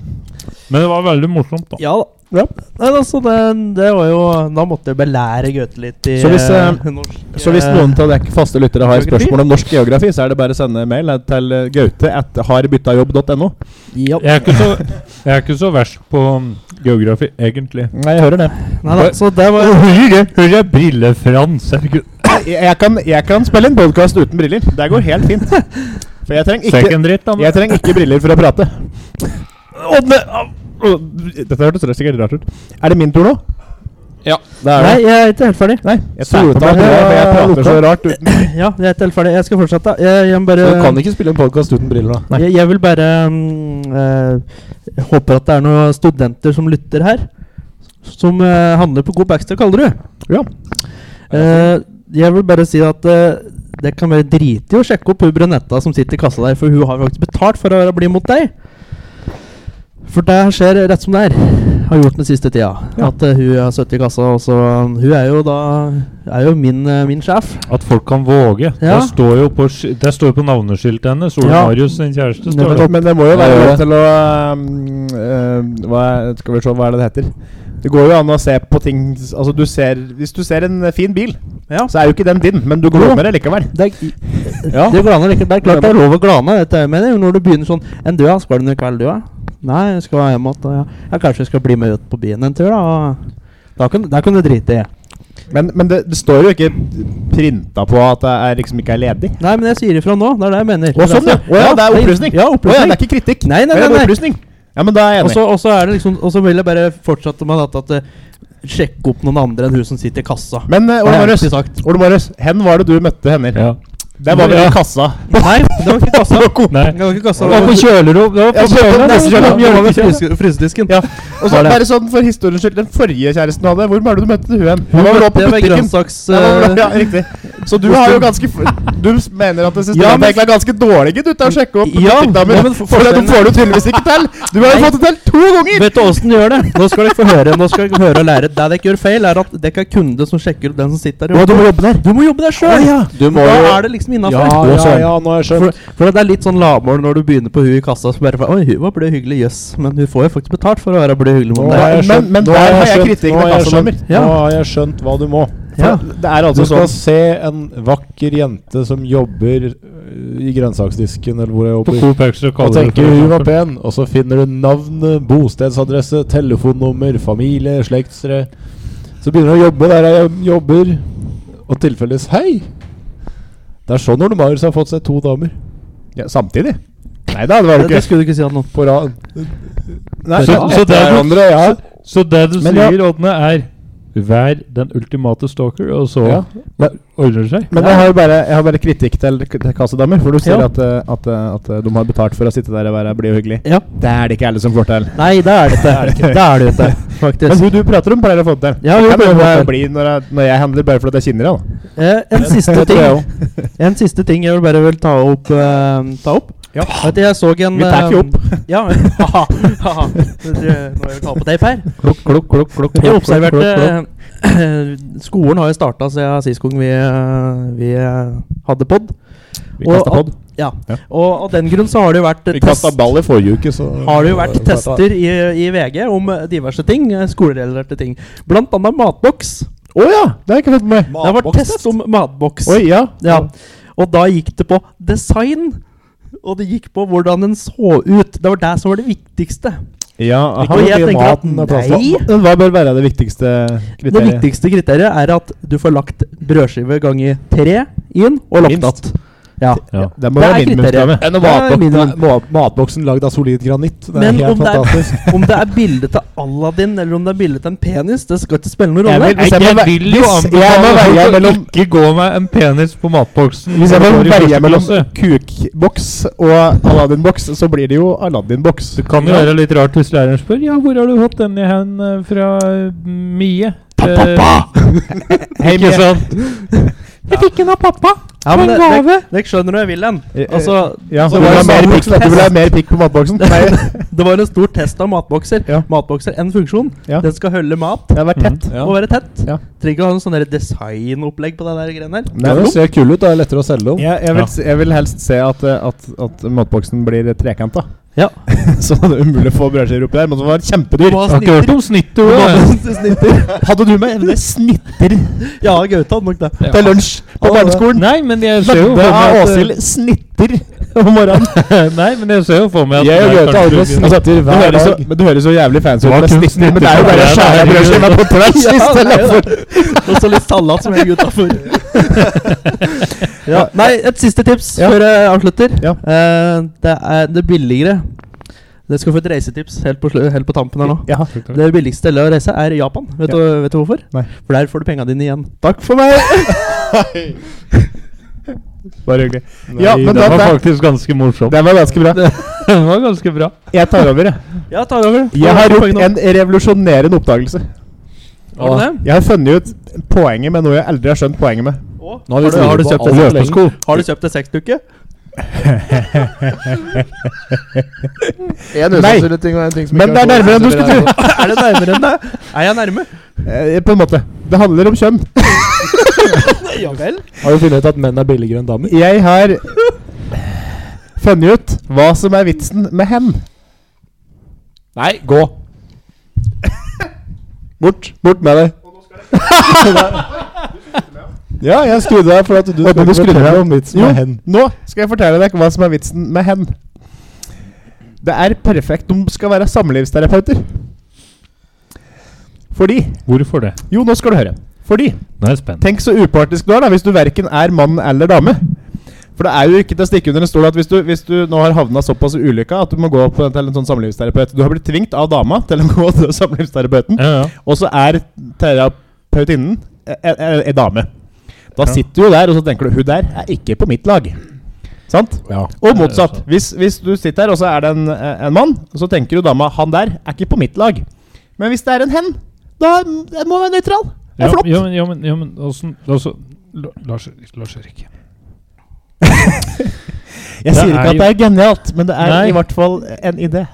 Speaker 5: Men det var veldig morsomt, da.
Speaker 4: Ja da.
Speaker 2: Ja.
Speaker 4: Nei, altså, det, det var jo Da måtte jeg belære Gaute litt i
Speaker 2: Så hvis, eh,
Speaker 4: eh, norsk,
Speaker 2: Så hvis
Speaker 4: eh,
Speaker 2: noen av dere faste lyttere har
Speaker 4: Geografi?
Speaker 2: spørsmål om norsk geografi, så er det bare å sende mail eh, til eh, gaute at harbyttajobb.no.
Speaker 4: ja.
Speaker 5: Jeg er ikke så, jeg er ikke så verst på mm, geografi, egentlig.
Speaker 2: Nei, jeg hører det.
Speaker 4: Nei da, så det var
Speaker 5: Hører jeg Brille-Frans?
Speaker 2: Jeg, jeg, kan, jeg kan spille en podkast uten briller. Det går helt fint. For jeg trenger ikke,
Speaker 5: Second dritt, da. men-
Speaker 2: jeg trenger ikke briller for å prate. Ådne Dette hørtes rett sikkert rart ut. Er det min tur nå?
Speaker 6: Ja.
Speaker 2: Det er
Speaker 4: Nei,
Speaker 2: det.
Speaker 4: jeg er ikke helt ferdig.
Speaker 2: Nei. eh, Jeg tar på meg
Speaker 4: Soltak,
Speaker 2: briller, for jeg
Speaker 4: og
Speaker 2: prater så rart uten
Speaker 4: Ja, jeg er ikke helt ferdig. Jeg skal fortsette. Jeg, jeg, må bare,
Speaker 3: Du kan ikke spille en podkast uten briller, da.
Speaker 4: jeg, jeg vil bare mm, eh, jeg Håper at det er noen studenter som lytter her, som eh, handler på god backstay, kaller du.
Speaker 2: Ja.
Speaker 4: Eh, jeg vil bare si at eh, det kan være dritig å sjekke opp hun brunetta som sitter i kassa der, for hun har faktisk betalt for å være blid mot deg. For det skjer rett som det er. Har gjort den siste tida. At eh, hun har sittet i kassa, og så mm, Hun er jo da Er jo min, eh, min sjef.
Speaker 5: At folk kan våge.
Speaker 4: Ja.
Speaker 5: Det står jo på, sk- det står jo på navneskiltet hennes. Ole
Speaker 4: Ja.
Speaker 5: Marius, din kjæreste,
Speaker 2: Men,
Speaker 5: står det.
Speaker 2: men det må jo være
Speaker 3: Ja, ja.
Speaker 2: lov til å um, eh, hva er, Skal vi se, hva er det det heter? Det går jo an å se på ting s- Altså du ser Hvis du ser en eh, fin bil,
Speaker 4: Ja.
Speaker 2: så er jo ikke den din, men du
Speaker 4: Jo.
Speaker 2: glemmer det likevel.
Speaker 4: Det er,
Speaker 2: Ja.
Speaker 4: det, glaner, ikke- det er klart det er lov å glane, dette er jeg mener når du begynner sånn Enn du, ja? Skal du noe i kveld, du, ja? Nei, jeg skal hjem igjen. Ja. ja, kanskje jeg skal bli med ut på byen en tur, da. og Da kan, da kan du drite i.
Speaker 2: Men, men det, det står jo ikke printa på at det er liksom ikke er ledig.
Speaker 4: Nei, men jeg sier ifra nå. Det er det jeg mener.
Speaker 2: Å, sånn, ja. Å, ja, det er opplysning.
Speaker 4: Ja,
Speaker 2: Å ja, det
Speaker 4: opplysning.
Speaker 2: er ikke kritikk.
Speaker 4: Nei, nei,
Speaker 2: Å ja,
Speaker 4: nei,
Speaker 2: det er
Speaker 4: nei.
Speaker 2: opplysning. Ja, men da er jeg
Speaker 4: Og
Speaker 2: enig.
Speaker 4: så- og så er det liksom Og så vil jeg bare fortsette med dette at eh, Sjekke opp noen andre enn hun som sitter i kassa.
Speaker 2: men eh, Ole
Speaker 4: har jeg
Speaker 2: Marius,
Speaker 4: alltid sagt.
Speaker 2: Ole Marius, hen var det du møtte henne?
Speaker 5: Ja.
Speaker 2: Det var vel
Speaker 5: Ja.
Speaker 2: i kassa?
Speaker 4: Nei, det var ikke kassa. Det
Speaker 5: Nei.
Speaker 4: var ikke kassa.
Speaker 5: Det var på kjølerom. Det var
Speaker 2: Ja,
Speaker 5: på
Speaker 2: så på
Speaker 5: kjølerom.
Speaker 2: neste kjølerom.
Speaker 5: Det var
Speaker 4: Med
Speaker 5: kjølerom.
Speaker 4: frys- Frysedisken.
Speaker 2: Ja. Og så
Speaker 4: Var det?
Speaker 2: bare sånn for historiens skyld, den forrige kjæresten du hadde, hvor var det du møtte hun hen? Hun
Speaker 4: Det
Speaker 2: var vel
Speaker 4: var
Speaker 2: også på butikken.
Speaker 4: grønnsaks...
Speaker 2: Ja, det var
Speaker 4: eh,
Speaker 2: bra, ja, riktig. Så du har jo ganske f- Du s- mener at det systemet
Speaker 4: Ja, men-
Speaker 2: egentlig er ganske dårlig gutt, til å sjekke opp
Speaker 4: Ja,
Speaker 2: butikkdamer.
Speaker 4: ja, men for-
Speaker 2: for det de får du tydeligvis ikke til! Du har jo
Speaker 4: Nei.
Speaker 2: fått det til to ganger!
Speaker 4: Vet du åssen du gjør det? Nå skal dere få høre Nå skal dere høre og lære. Det dere gjør feil, er at dere er kunde som sjekker opp den som sitter der.
Speaker 2: du må jobbe der.
Speaker 4: Du må jobbe der sjøl!
Speaker 3: Du må
Speaker 4: Da
Speaker 3: jo
Speaker 4: er det liksom innafor.
Speaker 3: Ja, ja, ja, nå har jeg skjønt.
Speaker 4: For, for det er litt sånn lavmål når du begynner på hun i kassa. Så bare for, Oi, hun var blød hyggelig, jøss. Men hun får jo faktisk betalt for å være blød hyggelig mot
Speaker 2: Nå er
Speaker 4: deg.
Speaker 2: jeg- Men- men
Speaker 3: nå
Speaker 2: der
Speaker 3: har
Speaker 2: har jeg
Speaker 3: skjønt-
Speaker 2: kritikken med
Speaker 3: nå har jeg
Speaker 2: kassanummer.
Speaker 3: skjønt-
Speaker 4: Ja.
Speaker 3: Nå har jeg skjønt hva du må.
Speaker 4: Ja.
Speaker 2: Det er
Speaker 3: Du
Speaker 2: altså
Speaker 3: skal
Speaker 2: sånn
Speaker 3: se en vakker jente som jobber øh, i grønnsaksdisken eller hvor jeg
Speaker 5: På
Speaker 3: jobber.
Speaker 5: Coop Extra
Speaker 3: Og
Speaker 5: kaller
Speaker 3: tenker hun var
Speaker 5: det
Speaker 3: pen, og så finner du navn, bostedsadresse, telefonnummer, familie, slektstre. Så begynner hun å jobbe der jeg jobber, og tilfeldigvis Hei! Det er sånn Ole Marius har fått seg to damer
Speaker 2: ja, Samtidig? Nei da, det var
Speaker 4: Det,
Speaker 2: det
Speaker 4: det
Speaker 2: ikke.
Speaker 4: skulle du ikke si at nå.
Speaker 3: på rad.
Speaker 2: Nei,
Speaker 5: Så-
Speaker 2: ja.
Speaker 5: så det er noe-
Speaker 3: hverandre, ja.
Speaker 5: Så det du
Speaker 3: Men ja.
Speaker 5: sier, Ådne, er vær den ultimate stalker, og så
Speaker 3: Ja.
Speaker 5: ordner det seg.
Speaker 2: Men jeg har jo bare, jeg har bare kritikk til k- til kassedamer, for du ser
Speaker 4: Ja.
Speaker 2: at, eh, at, eh, at eh, de har betalt for å sitte der og være blid og hyggelig.
Speaker 4: Ja.
Speaker 2: Det er det ikke alle som får til.
Speaker 4: Nei, det er det ikke. Det er det ikke,
Speaker 2: Men
Speaker 4: faktisk.
Speaker 2: hun du prater om, pleier å få det til.
Speaker 4: Ja, hun
Speaker 2: Jeg
Speaker 4: pleier å
Speaker 2: må
Speaker 4: få
Speaker 2: jeg
Speaker 4: det til.
Speaker 2: bli når jeg, når jeg handler, bare fordi jeg kjenner henne. da.
Speaker 4: Eh, en siste
Speaker 2: Det tror jeg
Speaker 4: ting En siste ting jeg vil bare vil ta opp. eh, ta opp.
Speaker 2: Ja.
Speaker 4: At jeg så en
Speaker 2: Vi tar ikke
Speaker 4: eh,
Speaker 2: opp.
Speaker 4: Ja, haha, haha. Det tror jeg- Nå vil jeg ta på teip her.
Speaker 5: Klokk, klokk, klokk, klokk, klokk,
Speaker 4: Jeg
Speaker 5: klokk, klokk.
Speaker 4: observerte eh, Skolen har jo starta siden sist gang vi, eh, vi eh, hadde pod.
Speaker 2: Vi
Speaker 4: Og
Speaker 2: kaster
Speaker 4: av-
Speaker 2: pod.
Speaker 4: Ja.
Speaker 2: Ja.
Speaker 4: Og av den grunn så har det jo vært
Speaker 3: Vi
Speaker 4: test-
Speaker 3: kasta ball i forrige uke, så
Speaker 4: har det jo vært tester i, i VG om eh, diverse ting, eh, skolerelaterte ting. Blant annet matboks.
Speaker 2: Å ja! Det har jeg ikke fått med meg.
Speaker 4: Det har vært test om matboks.
Speaker 2: Oi, ja.
Speaker 4: Ja. Og da gikk det på design. Og det gikk på hvordan den så ut. Det var det som var det viktigste.
Speaker 2: Ja,
Speaker 4: Ikke
Speaker 2: han,
Speaker 4: noe jeg
Speaker 3: mye
Speaker 4: tenker at
Speaker 3: maten og plass
Speaker 4: nei.
Speaker 2: Men hva bør være det viktigste kriteriet?
Speaker 4: Det viktigste kriteriet er at du får lagt brødskive ganger tre inn, og lagt
Speaker 2: Minst.
Speaker 4: att. Ja.
Speaker 2: ja.
Speaker 7: Ja.
Speaker 2: Det må
Speaker 4: Det er
Speaker 2: være minimumskravet.
Speaker 4: kriteriet. Det er minimum.
Speaker 3: matboksen lagd av solid granitt. Det er
Speaker 4: Men
Speaker 3: helt
Speaker 4: om det er-
Speaker 3: fantastisk.
Speaker 4: Om det er bilde til Aladdin eller om det er bilde til en penis, det skal ikke spille noen
Speaker 2: Jeg
Speaker 4: rolle.
Speaker 2: vil- hvis jeg må
Speaker 1: jeg
Speaker 2: ve-
Speaker 1: vil jo
Speaker 2: hvis jeg må
Speaker 1: anbefale
Speaker 2: velge
Speaker 1: folk å
Speaker 2: mellom-
Speaker 1: ikke gå med en penis på matboksen.
Speaker 2: Hvis jeg må
Speaker 1: når du går i
Speaker 2: velge
Speaker 1: første
Speaker 2: mellom
Speaker 1: klasse.
Speaker 2: kukboks og Aladdin-boks, så blir det jo Aladdin-boks.
Speaker 1: Det kan jo være litt rart hvis læreren spør Ja, hvor har du fått denne hen eh, fra eh, Mie? Pappa!
Speaker 2: Hei,
Speaker 1: Ikke
Speaker 2: Mie.
Speaker 1: sant? Jeg fikk den av pappa!
Speaker 4: Ja, men
Speaker 1: Som
Speaker 4: det,
Speaker 1: gave!
Speaker 4: det, det skjønner du jeg vil den.
Speaker 2: Eh, eh,
Speaker 4: Altså,
Speaker 2: Ja,
Speaker 4: Så
Speaker 2: du vil
Speaker 4: var
Speaker 2: ha
Speaker 4: det
Speaker 2: mer pikk,
Speaker 4: samme
Speaker 2: du vil ha mer pikk på matboksen? Nei,
Speaker 4: det var en stor test av matbokser.
Speaker 2: Ja.
Speaker 4: Matbokser, en funksjon.
Speaker 2: Ja.
Speaker 4: Den skal holde mat
Speaker 2: det har vært tett.
Speaker 3: Ja.
Speaker 4: og være tett.
Speaker 2: Mm. Ja.
Speaker 4: Trenger ikke ha noe sånn der designopplegg på det der greiene der.
Speaker 2: Nei,
Speaker 3: Den ser kul ut, da. er det Lettere å selge om.
Speaker 2: jeg, jeg, vil, s- jeg vil helst se at, eh, at, at matboksen blir trekanta.
Speaker 4: Ja.
Speaker 2: så det er umulig å få brødskiver oppi der. Men det var
Speaker 4: Du
Speaker 2: kjempedyr.
Speaker 4: må
Speaker 1: Jeg
Speaker 4: ha
Speaker 1: har ikke hørt
Speaker 4: snitter.
Speaker 1: om snittet,
Speaker 4: Du må
Speaker 1: Ole.
Speaker 4: ha snitter.
Speaker 2: Hadde du med evne snitter
Speaker 4: Ja, Gaute hadde nok det.
Speaker 2: til lunsj på
Speaker 3: Ja, det-
Speaker 2: barneskolen?
Speaker 1: Nei, men jeg ser jo
Speaker 2: Lagde av
Speaker 3: eh,
Speaker 1: for meg
Speaker 2: Åshild snitter om morgenen.
Speaker 1: at Nei, men jeg ser jo for meg at
Speaker 3: Jeg og
Speaker 1: det er
Speaker 3: Gaute
Speaker 1: kanskje-
Speaker 3: aldri snitt.
Speaker 2: Altså, det,
Speaker 3: hver
Speaker 2: høres jo,
Speaker 3: dag.
Speaker 2: men det høres jo jævlig fancy ut
Speaker 1: var
Speaker 2: med
Speaker 1: kun
Speaker 2: snitter, men
Speaker 1: snitter
Speaker 2: det er jo
Speaker 1: på
Speaker 2: bare å
Speaker 1: brød,
Speaker 2: skjære
Speaker 1: herregud.
Speaker 2: brødskiva på tvers
Speaker 4: Ja, det er jo
Speaker 2: istedenfor.
Speaker 4: Og så litt salat som jeg gutta for. ja. Nei, et siste tips
Speaker 2: Ja.
Speaker 4: før jeg avslutter.
Speaker 2: Ja.
Speaker 4: Eh, det er det billigere. Dere skal få et reisetips helt på, slu- helt på tampen her nå.
Speaker 2: Ja.
Speaker 4: Det billigste stedet å reise er Japan. Vet,
Speaker 2: Ja.
Speaker 4: du, vet du hvorfor?
Speaker 2: Nei.
Speaker 4: For der får du penga dine igjen. Takk for meg!
Speaker 2: Bare hyggelig.
Speaker 3: Nei,
Speaker 2: Ja, men
Speaker 1: Det
Speaker 2: da,
Speaker 1: var
Speaker 2: da,
Speaker 1: faktisk ganske morsomt.
Speaker 2: den var ganske bra.
Speaker 1: Det var ganske bra.
Speaker 2: Jeg tar over, jeg.
Speaker 4: Ja, ta over.
Speaker 2: Jeg har gjort en revolusjonerende oppdagelse.
Speaker 4: Har du det?
Speaker 2: Jeg har funnet ut poenget med noe jeg aldri har skjønt poenget med.
Speaker 4: Å,
Speaker 3: Nå har vi
Speaker 4: har, du,
Speaker 3: funnet
Speaker 4: har, du
Speaker 3: på
Speaker 4: kjøpt
Speaker 3: alt
Speaker 4: en,
Speaker 3: lenge.
Speaker 4: løpesko? har du kjøpt en sexdukke?
Speaker 3: En usannsynlig ting og en ting som
Speaker 2: Men
Speaker 3: ikke
Speaker 2: det er
Speaker 3: så
Speaker 2: nærmere enn du
Speaker 3: usannsynlig.
Speaker 2: skulle tro.
Speaker 4: er det nærmere enn det? Er jeg nærme?
Speaker 2: Eh, På en måte. Det handler om kjønn.
Speaker 4: Ja vel.
Speaker 3: Har du funnet ut at menn er billigere enn damer?
Speaker 2: Jeg har funnet ut hva som er vitsen med hen.
Speaker 3: Nei, gå!
Speaker 2: Bort. Bort med deg.
Speaker 3: Ja, jeg skrudde deg for at du
Speaker 2: Og du må skru deg.
Speaker 3: om vitsen
Speaker 2: Jo,
Speaker 3: med hen.
Speaker 2: nå skal jeg fortelle deg hva som er vitsen med hen. Det er perfekt. De skal være samlivsterapeuter. Fordi
Speaker 1: Hvorfor det?
Speaker 2: Jo, nå skal du høre. Fordi
Speaker 1: Nå er jeg spent.
Speaker 2: Tenk så upartisk du er da, hvis du verken er mann eller dame. For det er jo ikke til å stikke under en stol at hvis du, hvis du nå har havna såpass i ulykka at du må gå på, til en sånn samlivsterapeut Du har blitt tvingt av dama til å gå til samlivsterapeuten,
Speaker 1: Ja, ja.
Speaker 2: og så er terapeutinnen eh, ei dame. Da
Speaker 1: Ja.
Speaker 2: sitter du jo der og så tenker du 'hun der er ikke på mitt lag'. Sant?
Speaker 3: Ja.
Speaker 2: Og motsatt. Hvis, hvis du sitter her, og så er det en, eh, en mann, så tenker jo dama 'han der er ikke på mitt lag'. Men hvis det er en hen, da det må være nøytral. Det er
Speaker 1: Ja,
Speaker 2: flott.
Speaker 1: Ja, men, ja, men, ja, men åssen altså, La- Lars, Lars Erik.
Speaker 2: Jeg
Speaker 1: Det
Speaker 2: sier ikke
Speaker 1: er
Speaker 2: at det er genialt, men det er
Speaker 1: Nei.
Speaker 2: i hvert fall en idé.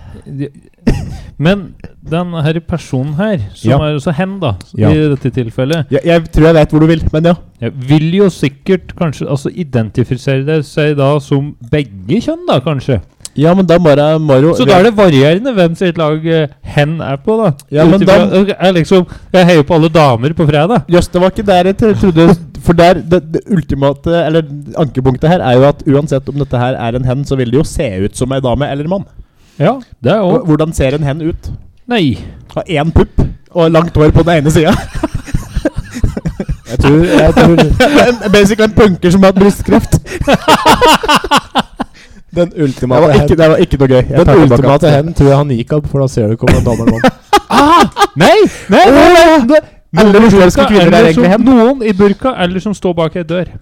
Speaker 1: Men den her personen her, som
Speaker 2: Ja.
Speaker 1: er altså hen, da,
Speaker 2: Ja.
Speaker 1: i dette tilfellet,
Speaker 2: Jeg, jeg tror jeg vet hvor du vil, men ja.
Speaker 1: ja, vil jo sikkert kanskje altså identifisere det seg da som begge kjønn, da, kanskje.
Speaker 2: Ja, men da må jeg må jo
Speaker 1: Så da er det varierende hvem sitt lag eh, hen er på, da.
Speaker 2: Ja, men
Speaker 1: Utifra-
Speaker 2: da-
Speaker 1: jeg, liksom, jeg heier på alle damer på fredag.
Speaker 2: Jøss, det var ikke der jeg tro- trodde For der, det, det ultimate, eller ankepunktet her, er jo at uansett om dette her er en hen, så vil det jo se ut som ei dame eller en mann.
Speaker 1: Ja, det er
Speaker 2: Hv-
Speaker 1: òg
Speaker 2: Hvordan ser en hen ut?
Speaker 1: Nei.
Speaker 2: Har én pupp og langt hår på den ene sida.
Speaker 3: Jeg tror, jeg tror
Speaker 2: Basically en punker som har hatt brystkreft.
Speaker 3: den
Speaker 2: Det
Speaker 3: ultimate
Speaker 2: var ikke,
Speaker 3: hen
Speaker 2: det var ikke noe gøy. Jeg tar
Speaker 3: Den
Speaker 2: tilbake
Speaker 3: ultimate
Speaker 2: alt.
Speaker 3: hen tror jeg har nikab, for da ser du ikke om det er dame eller mann.
Speaker 2: Nei! nei, nei, nei, nei. Alle muslimske kvinner er
Speaker 1: Eller som,
Speaker 2: egentlig hen.
Speaker 1: noen i burka, eller som står bak ei dør.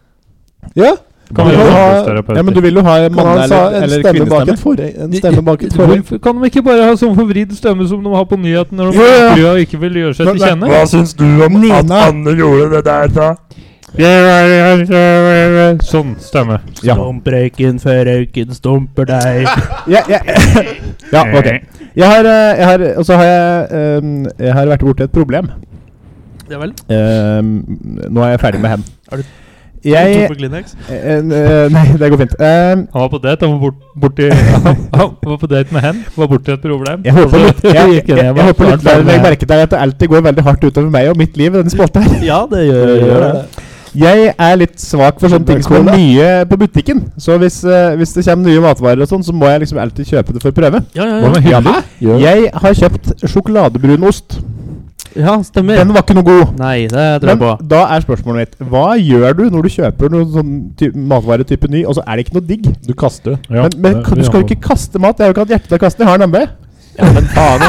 Speaker 3: Ja,
Speaker 1: Kan
Speaker 2: Du
Speaker 1: være
Speaker 2: vil ha-
Speaker 1: samfunnsterapeut.
Speaker 2: ja, men du vil jo ha en
Speaker 3: man
Speaker 2: mann
Speaker 3: sa
Speaker 2: eller,
Speaker 3: en
Speaker 2: eller
Speaker 3: stemme bak
Speaker 2: kvinnestemme.
Speaker 3: et forheng. En stemme bak et forheng.
Speaker 1: Hvorfor kan de ikke bare ha sånn forvridd stemme som de har på nyhetene når de
Speaker 2: Ja, ja.
Speaker 1: skrur av og ikke vil gjøre seg til
Speaker 2: Men-
Speaker 1: kjenne?
Speaker 8: syns du om at Anne gjorde det der, da?
Speaker 1: Sånn stemme.
Speaker 2: Ja.
Speaker 4: Stumprøyken før røyken stumper deg.
Speaker 2: Ja, ja. ja ok. Jeg har, eh, jeg har, og så har jeg, ehm, jeg har vært borti et problem.
Speaker 4: Ja vel.
Speaker 2: Ehm, nå er jeg ferdig med hen.
Speaker 4: Er du-
Speaker 2: Jeg
Speaker 4: Tom på Kleenex.
Speaker 2: eh, eh, Nei, det går fint. Ehm,
Speaker 1: Han var på date, han var bort, borti Han var på date med hen, var borti et problem.
Speaker 2: jeg håper litt Jeg, jeg, jeg, jeg håper litt
Speaker 1: der
Speaker 2: Legg merke til at det alltid går veldig hardt utover meg og mitt liv i denne spalten her.
Speaker 4: Ja, det gjør
Speaker 3: Gjør
Speaker 4: gjør
Speaker 3: det.
Speaker 4: det.
Speaker 2: Jeg er litt svak for sånne ting som er
Speaker 3: Cola.
Speaker 2: nye på butikken. Så hvis, eh, hvis det kommer nye matvarer, og sånn, så må jeg liksom alltid kjøpe det for å prøve.
Speaker 4: Ja,
Speaker 5: Hva med hyller?
Speaker 3: Gjør-
Speaker 2: Jeg har kjøpt sjokoladebrun-ost.
Speaker 4: ja stemmer.
Speaker 2: Den var ikke noe god.
Speaker 4: Nei, det tror
Speaker 2: Men
Speaker 4: jeg på.
Speaker 2: da er spørsmålet mitt Hva gjør du når du kjøper noen sånn ty matvare type ny, og så er det ikke noe digg?
Speaker 3: Du kaster det.
Speaker 5: Ja,
Speaker 2: men men
Speaker 5: det-
Speaker 2: kan- du
Speaker 5: det
Speaker 2: skal jo
Speaker 5: gjør man.
Speaker 2: ikke kaste mat. Jeg har jo ikke hatt hjerte til å kaste. Jeg har en MB.
Speaker 4: Du
Speaker 2: har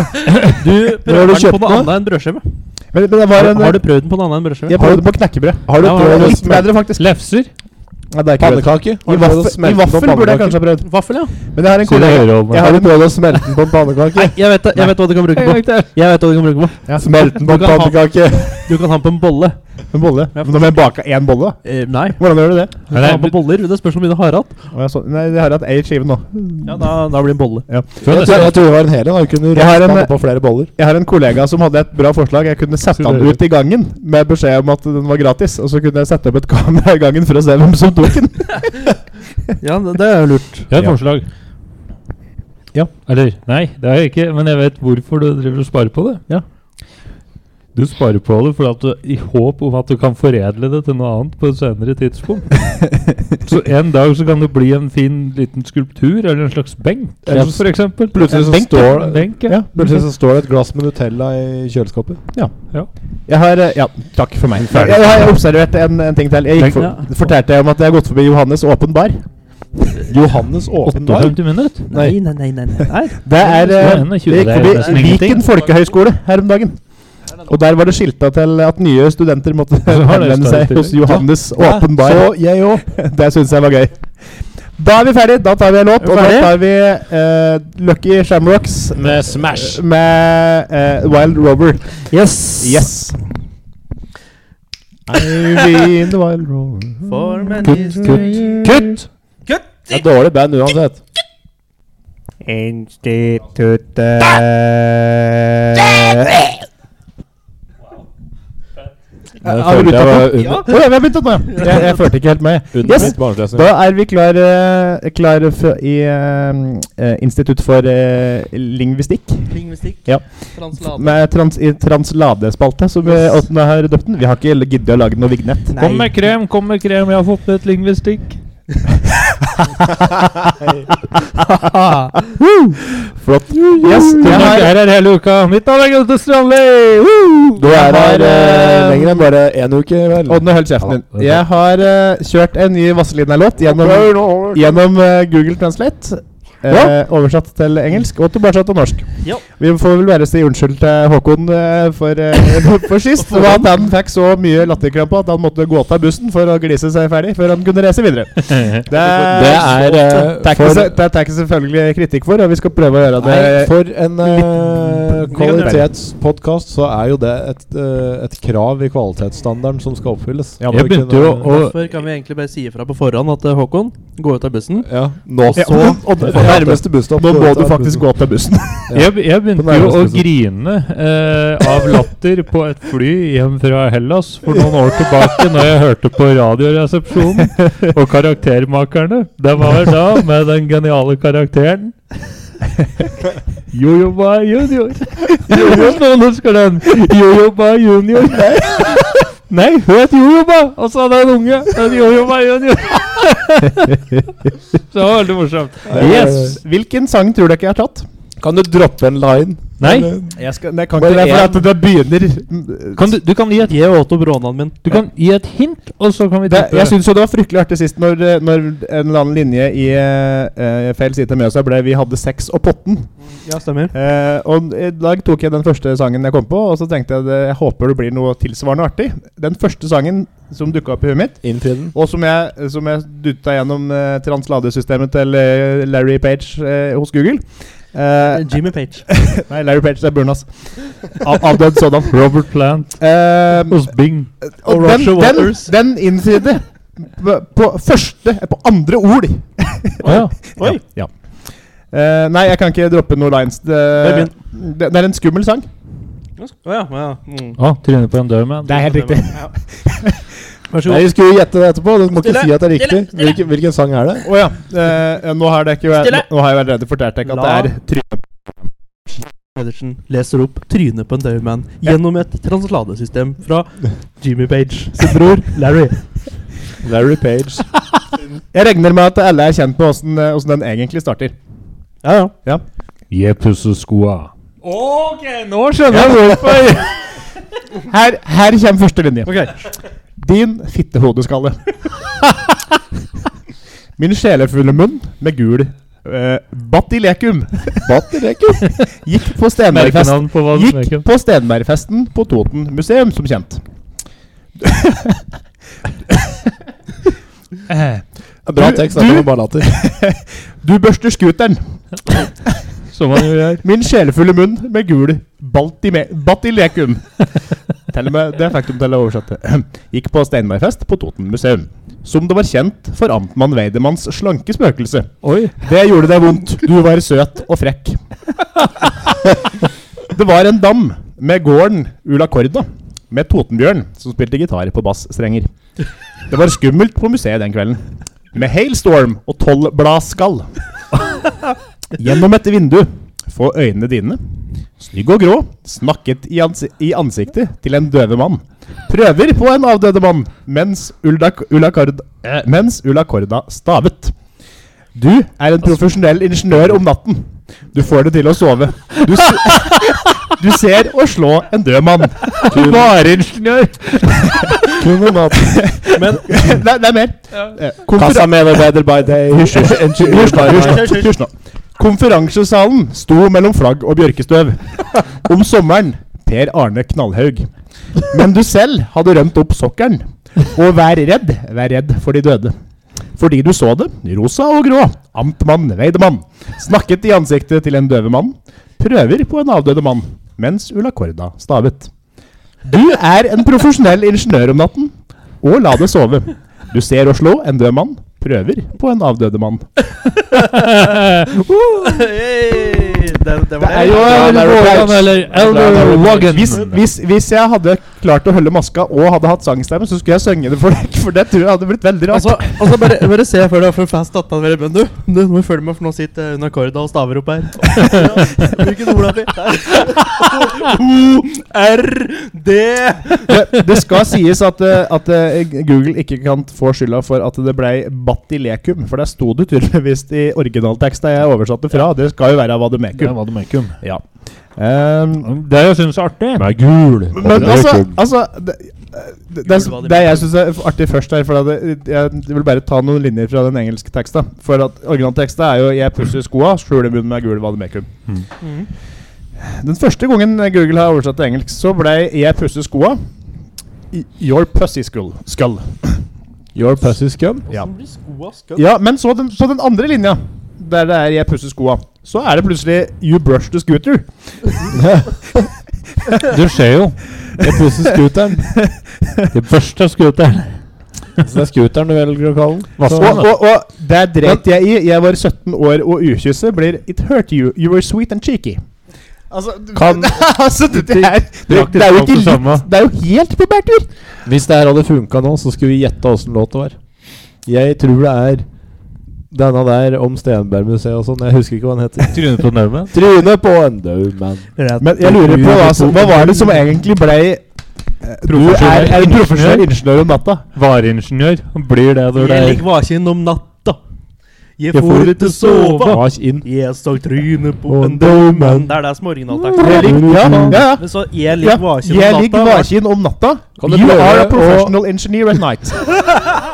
Speaker 4: prøver
Speaker 2: du
Speaker 4: den på
Speaker 2: kjøpt
Speaker 4: noe
Speaker 2: nå?
Speaker 4: annet enn brødskive.
Speaker 2: Men, men det var
Speaker 4: Har,
Speaker 2: en
Speaker 4: har du prøvd den på noe annet enn brødskive?
Speaker 2: Jeg prøvde på knekkebrød.
Speaker 3: Har du
Speaker 2: Det
Speaker 3: prøvd
Speaker 2: var
Speaker 3: å
Speaker 2: litt
Speaker 3: smelte
Speaker 2: bedre, faktisk.
Speaker 5: Lefser?
Speaker 2: Nei, det er ikke bedre.
Speaker 3: pannekake?
Speaker 2: I vaffel, I vaffel burde jeg kanskje ha prøvd.
Speaker 4: Vaffel, ja.
Speaker 2: Men jeg har en
Speaker 5: Sier det
Speaker 2: kollega
Speaker 5: høyreholdende.
Speaker 2: Jeg
Speaker 3: Har
Speaker 2: har
Speaker 3: du
Speaker 2: en
Speaker 3: prøvd å smelte den på en pannekake?
Speaker 4: Nei, jeg vet, det- jeg vet hva du kan bruke den på. Jeg vet hva du kan bruke den på.
Speaker 2: ja.
Speaker 3: Smelte den på
Speaker 4: Du
Speaker 3: en
Speaker 4: kan ha-
Speaker 3: pannekake?
Speaker 4: Du kan ha den på en bolle.
Speaker 2: en bolle. Men da må jeg bake én bolle, da.
Speaker 4: Eh, nei.
Speaker 2: Hvordan gjør du det?
Speaker 4: Du kan ha den på boller. Det spørs hvor mye du har hatt.
Speaker 2: Å, jeg så, nei, jeg har hatt ei skive nå.
Speaker 4: Ja, da, da blir det en bolle.
Speaker 5: Tror
Speaker 3: Jeg
Speaker 5: jeg nesten-
Speaker 3: tror jeg tror det var en hel en. da. Du kunne
Speaker 2: Jeg har
Speaker 3: raspa
Speaker 2: en-
Speaker 3: den på flere boller.
Speaker 2: Jeg har en kollega som hadde et bra forslag. Jeg kunne sette han ut i gangen med beskjed om at den var gratis. Og så kunne jeg sette opp et kamera i gangen for å se hvem som tok den.
Speaker 4: Ja, det, det er jo lurt.
Speaker 5: Jeg har et
Speaker 2: Ja.
Speaker 5: forslag.
Speaker 2: Ja.
Speaker 5: Eller Nei, det har jeg ikke, men jeg vet hvorfor du driver og sparer på det.
Speaker 2: Ja.
Speaker 5: Du sparer på det for at du, i håp om at du kan foredle det til noe annet på et senere tidspunkt. så en dag så kan det bli en fin liten skulptur eller en slags benk,
Speaker 3: Ja.
Speaker 5: for eksempel.
Speaker 3: Plutselig så
Speaker 5: En benk,
Speaker 3: står-
Speaker 5: ja. En benk, ja.
Speaker 2: Ja.
Speaker 3: Plutselig så står det et glass med Nutella i kjøleskapet.
Speaker 2: Jeg har eh, Ja, takk for meg. Jeg, jeg har observert en, en ting til. Jeg gikk
Speaker 4: Ja.
Speaker 2: for, fortalte jeg om at jeg har gått forbi Johannes åpen bar.
Speaker 3: Johannes åpen bar.
Speaker 5: 58 minutter.
Speaker 4: Nei, nei, nei. nei, nei.
Speaker 2: Det er
Speaker 5: Det er
Speaker 2: eh,
Speaker 5: 21,
Speaker 2: Jeg
Speaker 5: det
Speaker 2: gikk
Speaker 5: er nesten
Speaker 2: forbi
Speaker 5: ingenting.
Speaker 2: Viken folkehøgskole her om dagen. Og der var det skilta til at nye studenter måtte
Speaker 5: har det
Speaker 2: henvende seg
Speaker 5: stått i
Speaker 2: hos Johannes
Speaker 3: Ja,
Speaker 2: åpen bar.
Speaker 3: Så jeg òg.
Speaker 2: Det syns jeg var gøy. Da er vi ferdig. Da tar vi en låt. Og da tar vi eh, Lucky Shamrocks
Speaker 3: Med Smash.
Speaker 2: med eh, Wild Rover.
Speaker 4: Yes.
Speaker 2: Yes.
Speaker 4: For
Speaker 3: Kutt, kutt, kutt! Det er dårlig band uansett.
Speaker 2: Instituttet
Speaker 3: Jeg
Speaker 2: har vi
Speaker 3: følte jeg
Speaker 2: byttet på?
Speaker 3: var under,
Speaker 2: Å, ja, vi har byttet nå, ja. Jeg, jeg følte ikke helt med.
Speaker 3: under
Speaker 2: Yes.
Speaker 3: mitt barnesløsning.
Speaker 2: Da er vi klare klar for- i eh, eh, Institutt for eh, lingvistikk.
Speaker 4: Lingvistikk.
Speaker 2: Ja. Med trans, i transladespalte, som vi
Speaker 4: Yes.
Speaker 2: åpna her døpt den. Vi har ikke giddet å lage noe vignett.
Speaker 4: Nei.
Speaker 5: Kom med krem, kom med krem, jeg har fått et lingvistikk.
Speaker 4: Ah.
Speaker 2: Flott. Yes,
Speaker 5: Jeg
Speaker 2: jeg
Speaker 5: har
Speaker 2: har,
Speaker 5: her er hele uka. Mitt navn er Gaute Strandli! Woo!
Speaker 3: Du er
Speaker 2: Jeg har,
Speaker 3: her eh,
Speaker 2: eh,
Speaker 3: lenger enn bare én uke, vel?
Speaker 2: Odd, nå hold kjeften din.
Speaker 5: Ja, det er
Speaker 2: Jeg har eh, kjørt en ny Vazelina-låt gjennom, gjennom eh, Google Translate. eh, Oversatt til engelsk og tilbakesatt til norsk.
Speaker 4: Ja.
Speaker 2: Vi får vel bare si unnskyld til Håkon eh, for, eh, for sist. og at han fikk så mye latterkrampe at han måtte gå av bussen for å glise seg ferdig før han kunne reise videre. Det
Speaker 3: det er eh,
Speaker 2: tar ikke
Speaker 3: for,
Speaker 2: se- det tar ikke selvfølgelig kritikk for, og vi skal prøve å gjøre det
Speaker 3: nei, for en uh,
Speaker 2: litt-
Speaker 3: kvalitetspodkast så er jo det et, eh, et krav i kvalitetsstandarden som skal oppfylles.
Speaker 5: Jeg
Speaker 3: Må ikke
Speaker 5: begynte jo
Speaker 3: det-
Speaker 5: å
Speaker 4: Derfor kan vi egentlig bare si ifra på forhånd at eh, Håkon, gå ut av bussen.
Speaker 3: Ja, nå
Speaker 2: Ja,
Speaker 3: så
Speaker 2: og- og-
Speaker 3: Nærmeste busstopp.
Speaker 2: Nå må du faktisk gå til bussen.
Speaker 5: Jeg, jeg
Speaker 3: På
Speaker 5: begynte jo å
Speaker 3: nærmeste bussen.
Speaker 5: grine eh, av latter på et fly hjem fra Hellas for noen år tilbake når jeg hørte på Radioresepsjonen og Karaktermakerne. Det var da med den geniale karakteren Jojo Ba Junior. Hvis noen husker den. Jojo Ba Junior. Nei, hun het Jojo Ba, og så hadde jeg en unge. En Jojo Ba Junior. Så det var veldig morsomt.
Speaker 2: Yes. Hvilken sang tror dere jeg har tatt?
Speaker 3: Kan du droppe en line?
Speaker 5: Nei,
Speaker 2: Jeg skal, nei, kan
Speaker 3: Bare
Speaker 2: ikke det, for
Speaker 3: en.
Speaker 2: at det begynner
Speaker 5: kan du, du kan gi et
Speaker 4: Gi Otto Brånan min.
Speaker 5: Du kan gi et hint, og så kan vi
Speaker 2: det,
Speaker 5: tippe.
Speaker 2: Jeg syns jo det var fryktelig artig sist når, eh, når en eller annen linje i eh, eh, feil side av Mjøsa ble 'Vi hadde sex og potten'.
Speaker 4: Ja, stemmer.
Speaker 2: Eh, og I dag tok jeg den første sangen jeg kom på, og så tenkte jeg det, jeg håper det blir noe tilsvarende artig. Den første sangen som dukka opp i huet mitt,
Speaker 3: Innfri den.
Speaker 2: og som jeg, som jeg dutta gjennom eh, transladesystemet til eh, Larry Page eh, hos Google eh,
Speaker 4: Jimmy Page.
Speaker 2: Nei, Larry Page, det er Burnas. Av- Avdød sådan.
Speaker 5: Robert Plant
Speaker 2: Eh,
Speaker 5: hos Bing.
Speaker 2: Og
Speaker 4: Og
Speaker 2: den,
Speaker 4: Roger
Speaker 2: den,
Speaker 4: Waters.
Speaker 2: den innfridde på, på første På andre ord.
Speaker 5: Å ja.
Speaker 2: Oi. Ja. Eh, nei, jeg kan ikke droppe noen lines. Det,
Speaker 4: Bare
Speaker 2: det, det er en skummel sang.
Speaker 4: Å ja, ja. Mm.
Speaker 5: Å, trynet på en dørmann.
Speaker 2: er helt riktig.
Speaker 4: Vær så
Speaker 3: Nei,
Speaker 4: god.
Speaker 3: Vi skulle jo gjette det etterpå. Du må ikke
Speaker 4: Stille,
Speaker 3: si at det er riktig.
Speaker 4: stille, stille.
Speaker 3: Hvilken, hvilken sang er det?
Speaker 2: Å ja. eh, nå, har det ikke, vært-
Speaker 4: Stille.
Speaker 2: nå har jeg allerede fortalt deg at det
Speaker 4: La-
Speaker 2: er trynet.
Speaker 4: Pedersen leser opp trynet på en død mann gjennom et transladesystem fra Jimmy Page sin bror Larry.
Speaker 3: Larry Page.
Speaker 2: Jeg regner med at alle er kjent med åssen eh, åssen den egentlig starter.
Speaker 4: Ja, ja.
Speaker 1: Jeg pusser skoa.
Speaker 5: Ok, nå skjønner jeg hvorfor!
Speaker 2: Her, her kommer første linje. Din fittehodeskalle. Min sjelefulle munn med gul eh, Batilekum
Speaker 3: Batterekken.
Speaker 2: gikk på Stenbergfest.
Speaker 5: Merkenavn på hva som
Speaker 2: Gikk på Stenbergfesten på Toten museum, som kjent.
Speaker 3: Bra
Speaker 2: Du-
Speaker 3: tekst.
Speaker 2: du-
Speaker 3: Dette var bare latter.
Speaker 2: Du børster skuteren.
Speaker 5: Som man jo gjør.
Speaker 2: Min sjelefulle munn med gul baltime, Batilekum. Til og med det fikk de til å oversette. Gikk på Steinbergfest på Toten museum. Som det var kjent for Amtmann Weidemanns slanke spøkelse.
Speaker 5: Oi.
Speaker 2: Det gjorde deg vondt. Du var søt og frekk. Det var en dam med gården Ula Korda, med Totenbjørn, som spilte gitar på bassstrenger. Det var skummelt på museet den kvelden. Med hailstorm og tolvbladskall. Gjennom et vindu få øynene dine, snygg og grå, snakket i, ansi i ansiktet til en døve mann. Prøver på en avdøde mann mens Ulda, Ulla Korda, eh, mens Ulla Korda stavet. Du er en profesjonell ingeniør om natten. Du får det til å sove. Du, s du ser å slå en død mann.
Speaker 5: Vareingeniør!
Speaker 3: Kun om natten.
Speaker 2: Men det, er- det er mer. Eh, konfera-
Speaker 3: Kassamedarbeider by day.
Speaker 2: Hysj, hysj, hysj nå, hysj nå, hysj nå. Konferansesalen sto mellom flagg og bjørkestøv. Om sommeren Per Arne Knallhaug. Men du selv hadde rømt opp sokkelen. Og vær redd, vær redd for de døde. Fordi du så det, rosa og grå, amtmann Weidemann. Snakket i ansiktet til en døve mann. Prøver på en avdøde mann, mens Ulla Korda stavet. Du er en profesjonell ingeniør om natten, og la det sove. Du ser å slå en død mann, prøver på en avdøde mann.
Speaker 4: var
Speaker 2: Det er jo
Speaker 5: Larry Page. Eller Elder Logan.
Speaker 2: hvis, hvis, hvis jeg hadde klart å holde maska og hadde hatt sangstemme, så skulle jeg synge det for deg. For det tror jeg hadde blitt veldig rart.
Speaker 4: Altså, altså bare, bare se før du har for fast tatt av dere bønn, du. Du må følge med, for nå sitter Una Korda og staver opp her. Hvilken orda di? O-r-d.
Speaker 2: det, det skal sies at, eh, at eh, Google ikke kan få skylda for at det ble batilekum. For der sto det tydeligvis i originalteksta jeg oversatte fra. Det skal jo være vademekum.
Speaker 5: var det Merkum.
Speaker 2: Ja. Ehm,
Speaker 5: Mm, Det jeg syns er artig
Speaker 3: Den er gul.
Speaker 2: men altså,
Speaker 3: Batterekken.
Speaker 2: altså det, det, det, er- det jeg syns er artig først her for at det, Jeg vil bare ta noen linjer fra den engelske teksta. For at originalteksta er jo 'Jeg pusser skoa, skjuler munnen med gul vademekum'.
Speaker 4: Mm.
Speaker 2: Den første gangen Google har oversatt til engelsk, så ble 'Jeg pusser skoa' i- 'Your pussy skull'. skull.
Speaker 3: Your pussy scum.
Speaker 2: Ja. ja, men så den, så den andre linja, der det er 'Jeg pusser skoa', så er det plutselig 'You brush the scooter'.
Speaker 5: Du ser jo.
Speaker 3: Jeg pusser scooteren.
Speaker 5: Det første skuteren.
Speaker 3: Så det er scooteren du velger å kalle den.
Speaker 5: Hva
Speaker 3: Så-
Speaker 5: skal
Speaker 2: Og, og, og der dreit jeg i. Jeg var 17 år, og ukysset blir 'It hurt you. You were sweet and cheeky'. Altså,
Speaker 5: Kan-
Speaker 2: altså det, det, er, det, det er jo ikke
Speaker 5: det samme.
Speaker 2: litt, Det er jo helt på bærtur!
Speaker 3: Hvis det her hadde funka nå, så skulle vi gjette åssen låt det var. Jeg tror det er denne der om Stenbergmuseet og sånn. Jeg husker ikke hva den heter.
Speaker 5: Trynet på nerven.
Speaker 3: Trynet på en død mann.
Speaker 2: Men jeg lurer på altså, hva var det som egentlig ble eh, Du er, er en profesjonell ingeniør om natta.
Speaker 5: Vareingeniør. Blir det når det
Speaker 4: Jeg
Speaker 5: er
Speaker 4: ligger vaken om natta. Jeg
Speaker 3: Jeg
Speaker 4: får ikke sove.
Speaker 3: Vars inn.
Speaker 4: Jeg så trynet på
Speaker 3: Og
Speaker 4: en
Speaker 3: dømen.
Speaker 4: dømen. Det er det som er
Speaker 2: Jeg
Speaker 4: originalteksten.
Speaker 2: ligger- Ja, ja, ja.
Speaker 4: Men så jeg
Speaker 2: Ja,
Speaker 4: ligger vaken
Speaker 2: jeg
Speaker 4: om
Speaker 2: ligger
Speaker 4: natta.
Speaker 2: vaken om natta.
Speaker 3: Kan du
Speaker 2: You
Speaker 3: prøve
Speaker 2: are a
Speaker 3: å-
Speaker 2: professional engineer at night.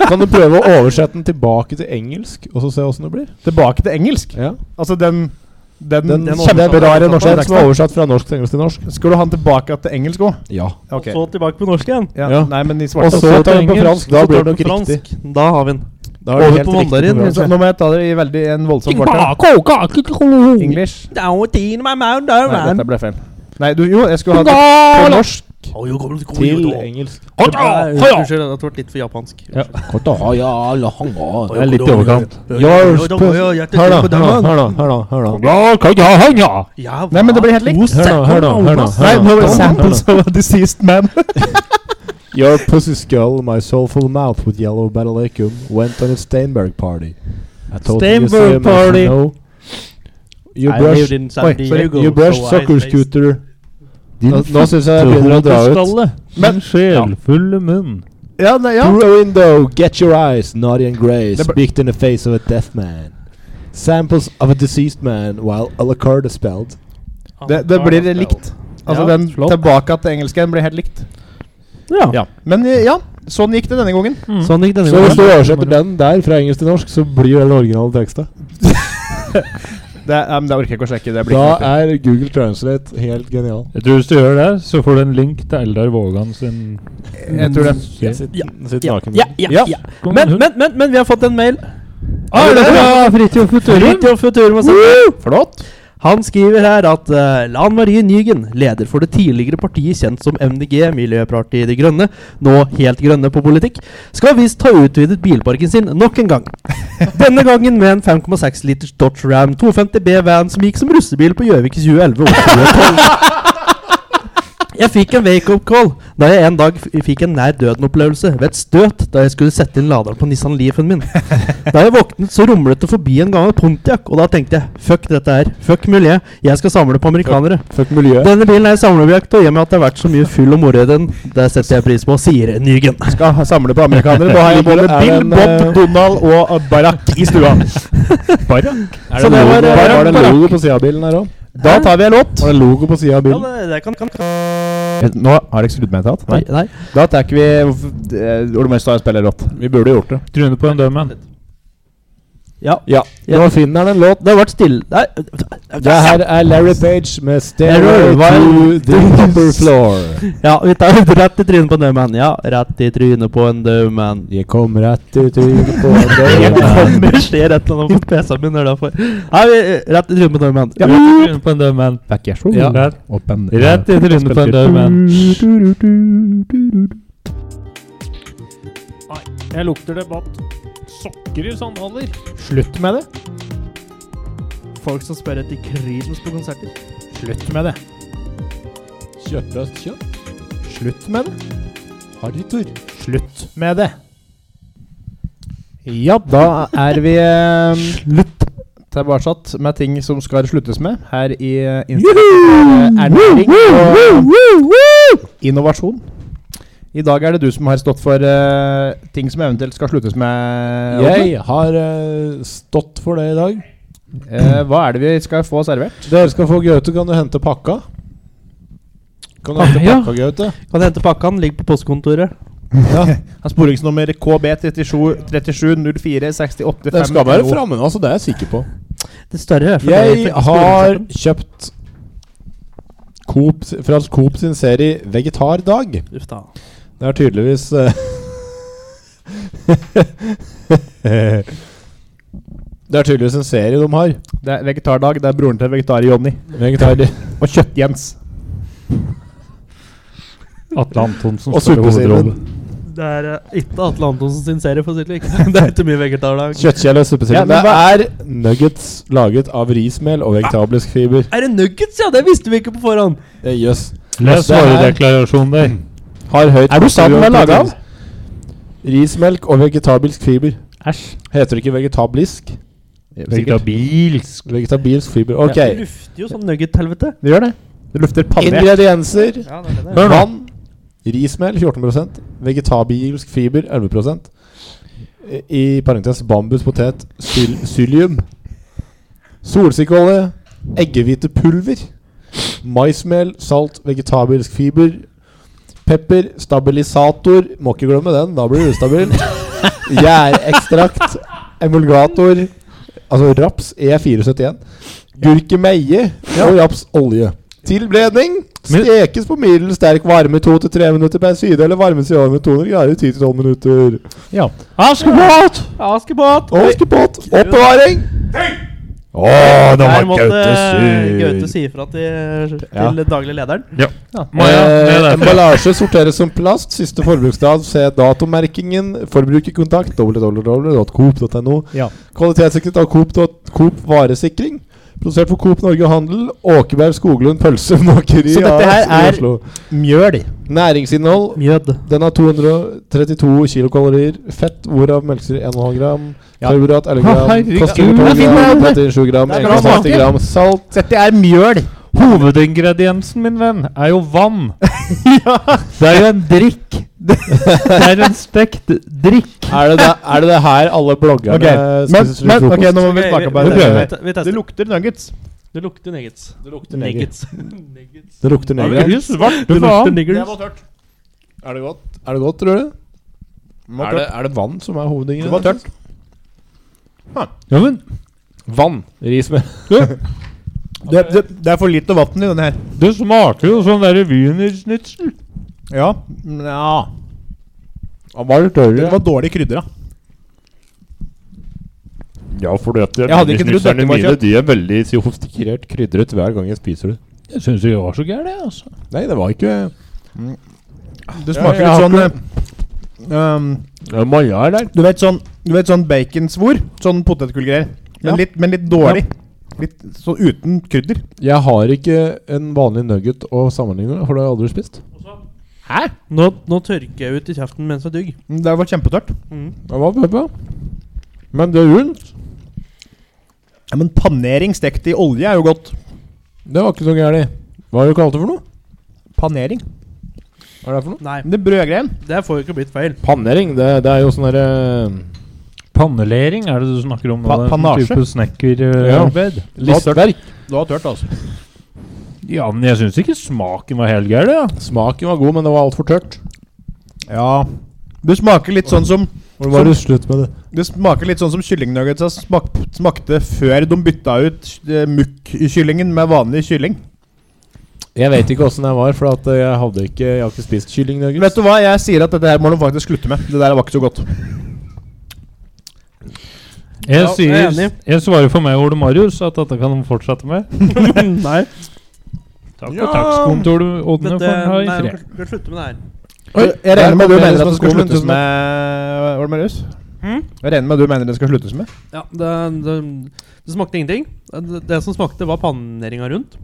Speaker 3: Kan du prøve å oversette den tilbake til engelsk, og så se åssen det blir?
Speaker 2: Tilbake til engelsk.
Speaker 3: Ja.
Speaker 2: Altså den Den,
Speaker 3: Den- den
Speaker 2: kjemperare
Speaker 3: Den
Speaker 2: norske
Speaker 3: som er
Speaker 2: teksten.
Speaker 3: oversatt fra norsk til engelsk til norsk?
Speaker 2: Skal du ha den tilbake til engelsk òg?
Speaker 3: Ja.
Speaker 4: Og Så tilbake på norsk igjen.
Speaker 2: Ja.
Speaker 3: Ja.
Speaker 2: Nei, men i
Speaker 3: Og
Speaker 2: svarte
Speaker 3: så tar den på
Speaker 5: engelsk,
Speaker 3: fransk. Da
Speaker 4: Så
Speaker 3: blir
Speaker 4: tar
Speaker 3: det
Speaker 4: vi
Speaker 3: nok
Speaker 4: fransk.
Speaker 3: riktig.
Speaker 4: Da har vi den.
Speaker 3: Da er det
Speaker 4: Over
Speaker 3: helt
Speaker 4: på
Speaker 3: riktig
Speaker 4: mandarin,
Speaker 3: på
Speaker 2: Men så,
Speaker 3: fransk.
Speaker 2: nå må jeg ta dere i veldig en voldsom fart. her. English. Nei, dette ble feil. Nei, du, jo, jeg skulle ha det på norsk.
Speaker 3: Til engelsk.
Speaker 4: Unnskyld, det har vært litt for japansk.
Speaker 5: Ja.
Speaker 3: Hør
Speaker 5: Det er litt i overkant.
Speaker 3: nå, hør nå, hør nå, hør nå, hør nå.
Speaker 2: Nei, men det blir helt likt.
Speaker 3: Hør nå, hør nå, hør nå,
Speaker 2: Nei, nå
Speaker 3: hør nå.
Speaker 2: blir det
Speaker 3: Hør nå.
Speaker 2: samples of a deceased man.
Speaker 3: Your pussy skull, my soulful mouth with yellow badalicum went on a Steinberg party. I told the
Speaker 5: Steinberg
Speaker 3: museum I should
Speaker 5: party.
Speaker 3: know. You
Speaker 4: I
Speaker 3: brushed,
Speaker 4: lived in San
Speaker 3: Oi,
Speaker 4: Diego,
Speaker 3: sorry, you brushed
Speaker 4: so I
Speaker 3: soccer
Speaker 4: faced-
Speaker 3: scooter. Nå, nå syns jeg jeg begynner å dra ut.
Speaker 5: Men sjelfulle munn.
Speaker 2: Ja, nei, ja.
Speaker 3: Through a window, get your eyes, naughty and grey,
Speaker 2: Det er bare-
Speaker 3: speaked in the face of a deaf man. Samples of a deceased man, while a la carte is spelled.
Speaker 2: Det, det blir likt. Altså
Speaker 5: Ja,
Speaker 2: den
Speaker 5: flott.
Speaker 2: tilbake til engelsken blir helt likt.
Speaker 4: Ja.
Speaker 2: Ja. Men eh, ja, sånn gikk det denne gangen.
Speaker 4: Sånn gikk denne
Speaker 3: Så hvis du
Speaker 4: gangen.
Speaker 3: oversetter den der fra engelsk til norsk, så blir det den originale teksten.
Speaker 2: Det, eh, men det orker jeg ikke å sjekke. Det blir
Speaker 3: Da
Speaker 2: ikke noe.
Speaker 3: er Google Translate helt genial.
Speaker 1: Jeg tror Hvis du gjør det, så får du en link til Eldar Vågan sin
Speaker 2: Jeg tror det.
Speaker 3: Sitt,
Speaker 4: Ja,
Speaker 3: sitt
Speaker 4: Ja,
Speaker 3: naken.
Speaker 4: ja, ja, ja. Men, men, men, men vi har fått en mail.
Speaker 5: ah, er det fra Fritjof Futurum?
Speaker 4: Fritjof Futurum har sendt den. Han skriver her at eh, Lan Marie Nygen, leder for det tidligere partiet kjent som MDG, Miljøpartiet De Grønne, nå Helt Grønne på politikk, skal visst ha utvidet bilparken sin nok en gang. Denne gangen med en 5,6 liters Dodge Ram 250 B van som gikk som russebil på Gjøvik i 2011 og 2012. Jeg fikk en wake-up call da jeg en dag f- fikk en nær døden-opplevelse ved et støt da jeg skulle sette inn laderen på Nissan Leafen min. Da jeg våknet, så rumlet det forbi en gammel Pontiac, og da tenkte jeg fuck dette her. Fuck miljøet. Jeg skal samle på amerikanere.
Speaker 3: Fuck miljøet.
Speaker 4: Denne bilen er samleobjekt, og i og med at det har vært så mye fyll og moro i den, det setter jeg pris på, sier Nygen.
Speaker 2: Skal ha- samle på amerikanere. Da har jeg både
Speaker 3: Er det
Speaker 2: Bill,
Speaker 3: en,
Speaker 2: Bob,
Speaker 3: eh,
Speaker 2: Donald og eh, Barack i stua.
Speaker 3: Er
Speaker 4: Så
Speaker 3: det,
Speaker 4: det
Speaker 3: logo,
Speaker 4: var, eh,
Speaker 3: var, det
Speaker 4: Barack.
Speaker 3: logo på siden av bilen her òg?
Speaker 2: Da tar vi en låt.
Speaker 3: Var det logo på siden av bilen?
Speaker 2: Nå har jeg ikke skrudd meg til
Speaker 4: Nei, nei.
Speaker 2: Da tar vi eh, Ole Møystad spiller låt.
Speaker 3: Vi burde gjort det.
Speaker 5: Trynet på en dømmen.
Speaker 4: Ja.
Speaker 3: Ja.
Speaker 4: Ja.
Speaker 3: Nå finner han en låt.
Speaker 4: Det har vært stille Nei.
Speaker 3: Det her er Larry Page med
Speaker 4: Error,
Speaker 3: Stairway to
Speaker 4: while-
Speaker 3: the Upper Floor.
Speaker 4: Ja, vi tar rett i trynet på en død mann. Ja, rett i trynet på en død mann.
Speaker 3: Jeg kom rett ut i på en
Speaker 4: Det
Speaker 3: død
Speaker 4: kommer- skjer et eller annet på PC-en min når det er for Nei, vi- rett i trynet på en død mann.
Speaker 5: Trynet på en død mann. Ja. Der. Rett i trynet på en død mann. Nei, jeg lukter debatt. Sokker i sandaler.
Speaker 3: Slutt med det.
Speaker 4: Folk som spør etter Creedence på konserter.
Speaker 5: Slutt med det.
Speaker 3: Kjøttløst kjøtt. Slutt med det. Harrytur.
Speaker 5: Slutt med det.
Speaker 2: Ja, da er vi eh, Slutt. Tilbake med ting som skal sluttes med her i eh, Instagram. Eh, Ernæring og innovasjon. I dag er det du som har stått for eh, ting som eventuelt skal sluttes med. Oddmund.
Speaker 3: Jeg har eh, stått for det i dag.
Speaker 2: Eh, hva er det vi skal få servert?
Speaker 3: Dere skal få Gaute. Kan du hente pakka? Kan du hente
Speaker 5: Ah, ja.
Speaker 3: pakka, Gaute?
Speaker 4: Kan jeg hente pakka? Den ligger på postkontoret.
Speaker 2: Sporingsnummer KB3737046855.
Speaker 3: Den skal være framme nå, så det er jeg sikker på.
Speaker 4: Det større. for det
Speaker 3: Jeg
Speaker 4: er-
Speaker 3: har kjøpt Coop, s- fra Coop sin serie Vegetardag.
Speaker 4: Uff da.
Speaker 3: Det er tydeligvis eh, Det er tydeligvis en serie de har.
Speaker 2: Det er vegetardag. Det er broren til vegetar-Johnny.
Speaker 3: Vegetar
Speaker 2: Og Kjøtt-Jens.
Speaker 1: Atle Antonsen
Speaker 3: Og
Speaker 1: spiller hovedrollen.
Speaker 3: Supersimen.
Speaker 4: Det er eh, ikke Atle Antonsen sin serie, for å si det slik. Det er ikke mye vegetardag.
Speaker 3: Kjøttkjele og
Speaker 2: Ja,
Speaker 3: suppesilden.
Speaker 2: men
Speaker 3: det er nuggets laget av rismel og vegetablisk fiber.
Speaker 4: Er det nuggets, ja? Det visste vi ikke på forhånd.
Speaker 3: Eh, Jøss.
Speaker 1: Les
Speaker 3: Det her-
Speaker 1: varedeklarasjonen der.
Speaker 3: Har høyt
Speaker 2: Er du sann med laget av?
Speaker 3: Rismelk og vegetabilsk fiber.
Speaker 5: Æsj.
Speaker 3: Heter det ikke vegetablisk?
Speaker 1: Vegetabilsk.
Speaker 3: Vegetabilsk fiber. Ok.
Speaker 4: Det lufter jo som nugget-helvete.
Speaker 2: Det gjør det. Det lufter panne.
Speaker 3: Ingredienser.
Speaker 4: Ja, det er det.
Speaker 1: Hør nå.
Speaker 3: Vann. Rismel 14 Vegetabilsk fiber 11 I- I parentes bambus, potet, syl sylium. Solsikkeolje. Eggehvitepulver. Maismel, salt, vegetabilsk fiber. Pepper, stabilisator Må ikke glemme den, da blir det ustabil. Gjærekstrakt, emulgator Altså raps E471. Gurkemeie og rapsolje. Tilberedning
Speaker 5: Men-
Speaker 3: stekes på middels sterk varme 2-3 minutter per side eller varmes i ovnen 200 grader i 10-12 minutter.
Speaker 5: Askepott!
Speaker 4: Askepott!
Speaker 3: Askepott! Oppbevaring! Å, det
Speaker 4: Der
Speaker 3: var
Speaker 4: måtte eh, Gaute
Speaker 3: Gaute sur.
Speaker 4: si ifra til, til
Speaker 3: Ja.
Speaker 4: daglig lederen.
Speaker 5: Maja, det er
Speaker 3: Eh,
Speaker 5: derfor.
Speaker 3: emballasje sorteres som plast. Siste forbruksdag. Se datomerkingen. Forbrukerkontakt. www.coop.no.
Speaker 2: Ja.
Speaker 3: Kvalitetssikret av Coop, dot- Coop varesikring. Produsert for Coop Norge Handel. Åkeberg Skoglund Pølsemakeri.
Speaker 2: Så dette her
Speaker 3: AS i
Speaker 2: er-
Speaker 3: Oslo.
Speaker 2: Mjøl.
Speaker 3: Næringsinnhold.
Speaker 4: Mjød.
Speaker 3: Den har 232 kilokalorier. Fett, hvorav melkesyre 1,5 gram.
Speaker 2: Ja.
Speaker 3: Karbohydrat 11
Speaker 5: Å,
Speaker 3: gram.
Speaker 5: herregud.
Speaker 3: Kostgjør 12
Speaker 2: Det er fint med
Speaker 3: gram.
Speaker 2: det.
Speaker 3: Protein 7 gram.
Speaker 2: Det er bra
Speaker 3: 1,60 gram. Salt.
Speaker 2: Dette er mjøl.
Speaker 5: Hovedingrediensen, min venn, er jo vann. Det er jo en drikk. Det er en stekt drikk.
Speaker 3: Er det, det, er det det her alle bloggerne
Speaker 2: Ok, Men,
Speaker 3: spiser
Speaker 2: men
Speaker 3: frokost?
Speaker 2: ok, nå må vi smake på
Speaker 1: vi
Speaker 2: det.
Speaker 1: prøver.
Speaker 9: Vi
Speaker 2: Det
Speaker 9: tester.
Speaker 2: lukter nuggets.
Speaker 9: Det lukter nuggets.
Speaker 3: det lukter neger.
Speaker 9: Nuggets. Nuggets.
Speaker 3: Det lukter neger.
Speaker 5: Det svarte
Speaker 9: lukter
Speaker 5: faen.
Speaker 9: niggers.
Speaker 3: Er det godt, er det godt tror du?
Speaker 2: Det
Speaker 3: Er det, er det vann som er hovedingen?
Speaker 2: var tørt.
Speaker 1: Ja, men
Speaker 3: Vann. Ris med
Speaker 2: Det, det, det er for lite vann i denne her.
Speaker 1: det smaker jo sånn derre wienersnitzel.
Speaker 2: Ja. Nja
Speaker 3: Han var litt tørrere.
Speaker 2: Det var dårlig krydder, da.
Speaker 6: Ja, for det at
Speaker 2: Jeg hadde ikke trodd
Speaker 6: snitserne
Speaker 2: dette var
Speaker 6: mine,
Speaker 2: kjøtt.
Speaker 6: de er veldig sofistikert.
Speaker 3: Sikkert krydret hver gang jeg spiser det.
Speaker 1: Jeg syns ikke det var så gærent, jeg, altså.
Speaker 3: Nei, det var ikke
Speaker 2: Det smaker litt
Speaker 3: jeg har
Speaker 2: sånn eh, um,
Speaker 3: Det er maja her der.
Speaker 2: Du vet sånn, du vet sånn baconsvor? Sånn potetgullgreier. Men,
Speaker 3: Ja.
Speaker 2: litt, men litt dårlig. Litt sånn uten krydder.
Speaker 3: Jeg har ikke en vanlig nugget å sammenligne med, for det har jeg aldri spist.
Speaker 9: Nå, nå tørker jeg ut i kjeften mens jeg dugg.
Speaker 2: Det var kjempetørt.
Speaker 3: Det var pepper. Men det er rundt.
Speaker 2: Ja, men panering stekt i olje er jo godt.
Speaker 3: Det var ikke så gærent. Hva har du kalt det for noe?
Speaker 2: Panering?
Speaker 3: Hva er det for noe?
Speaker 9: Nei,
Speaker 2: Det er brødgreien.
Speaker 9: det får jo ikke blitt feil.
Speaker 3: Pannering. Det, det er jo sånn derre
Speaker 1: Pannelering er det du snakker om? nå,
Speaker 2: Pa-
Speaker 1: det er en
Speaker 2: panasje?
Speaker 1: Type eh,
Speaker 3: Ja.
Speaker 1: snekkerarbeid?
Speaker 3: Listverk.
Speaker 2: Det var tørt, altså.
Speaker 1: Ja, men jeg syns ikke smaken var helt gæren. Ja.
Speaker 3: Smaken var god, men det var altfor tørt.
Speaker 2: Ja. Det smaker litt sånn som
Speaker 3: Hvordan var det slutt med det?
Speaker 2: Det smaker litt sånn som kyllingnuggets smak, smakte før de bytta ut eh, mukk-kyllingen med vanlig kylling.
Speaker 3: Jeg vet ikke åssen jeg var, for at eh, jeg hadde ikke Jeg har ikke spist kyllingnuggets.
Speaker 2: Vet du hva, jeg sier at dette her må de faktisk slutte med. Det der var ikke så godt.
Speaker 1: Jeg,
Speaker 9: Ja, jeg er
Speaker 1: sier,
Speaker 9: enig.
Speaker 1: jeg svarer for meg og Ole Marius at dette kan de fortsette med.
Speaker 9: Nei.
Speaker 1: Takk
Speaker 6: Ja.
Speaker 1: og takstkontoret Ådne
Speaker 9: Dette,
Speaker 1: får ha
Speaker 9: nei,
Speaker 1: i
Speaker 9: vi
Speaker 1: fred.
Speaker 9: kan- vi kan slutte med det her.
Speaker 2: Oi, jeg
Speaker 3: der
Speaker 2: regner med
Speaker 3: kom
Speaker 2: du
Speaker 3: dere
Speaker 2: mener
Speaker 3: som
Speaker 2: at det skal
Speaker 3: skolen,
Speaker 2: sluttes
Speaker 3: tusen
Speaker 2: med Var det Marius?
Speaker 9: Mm?
Speaker 2: Jeg regner med at du mener det skal sluttes med?
Speaker 9: Ja, det, det, det smakte ingenting. Det, det som smakte, var paneringa rundt.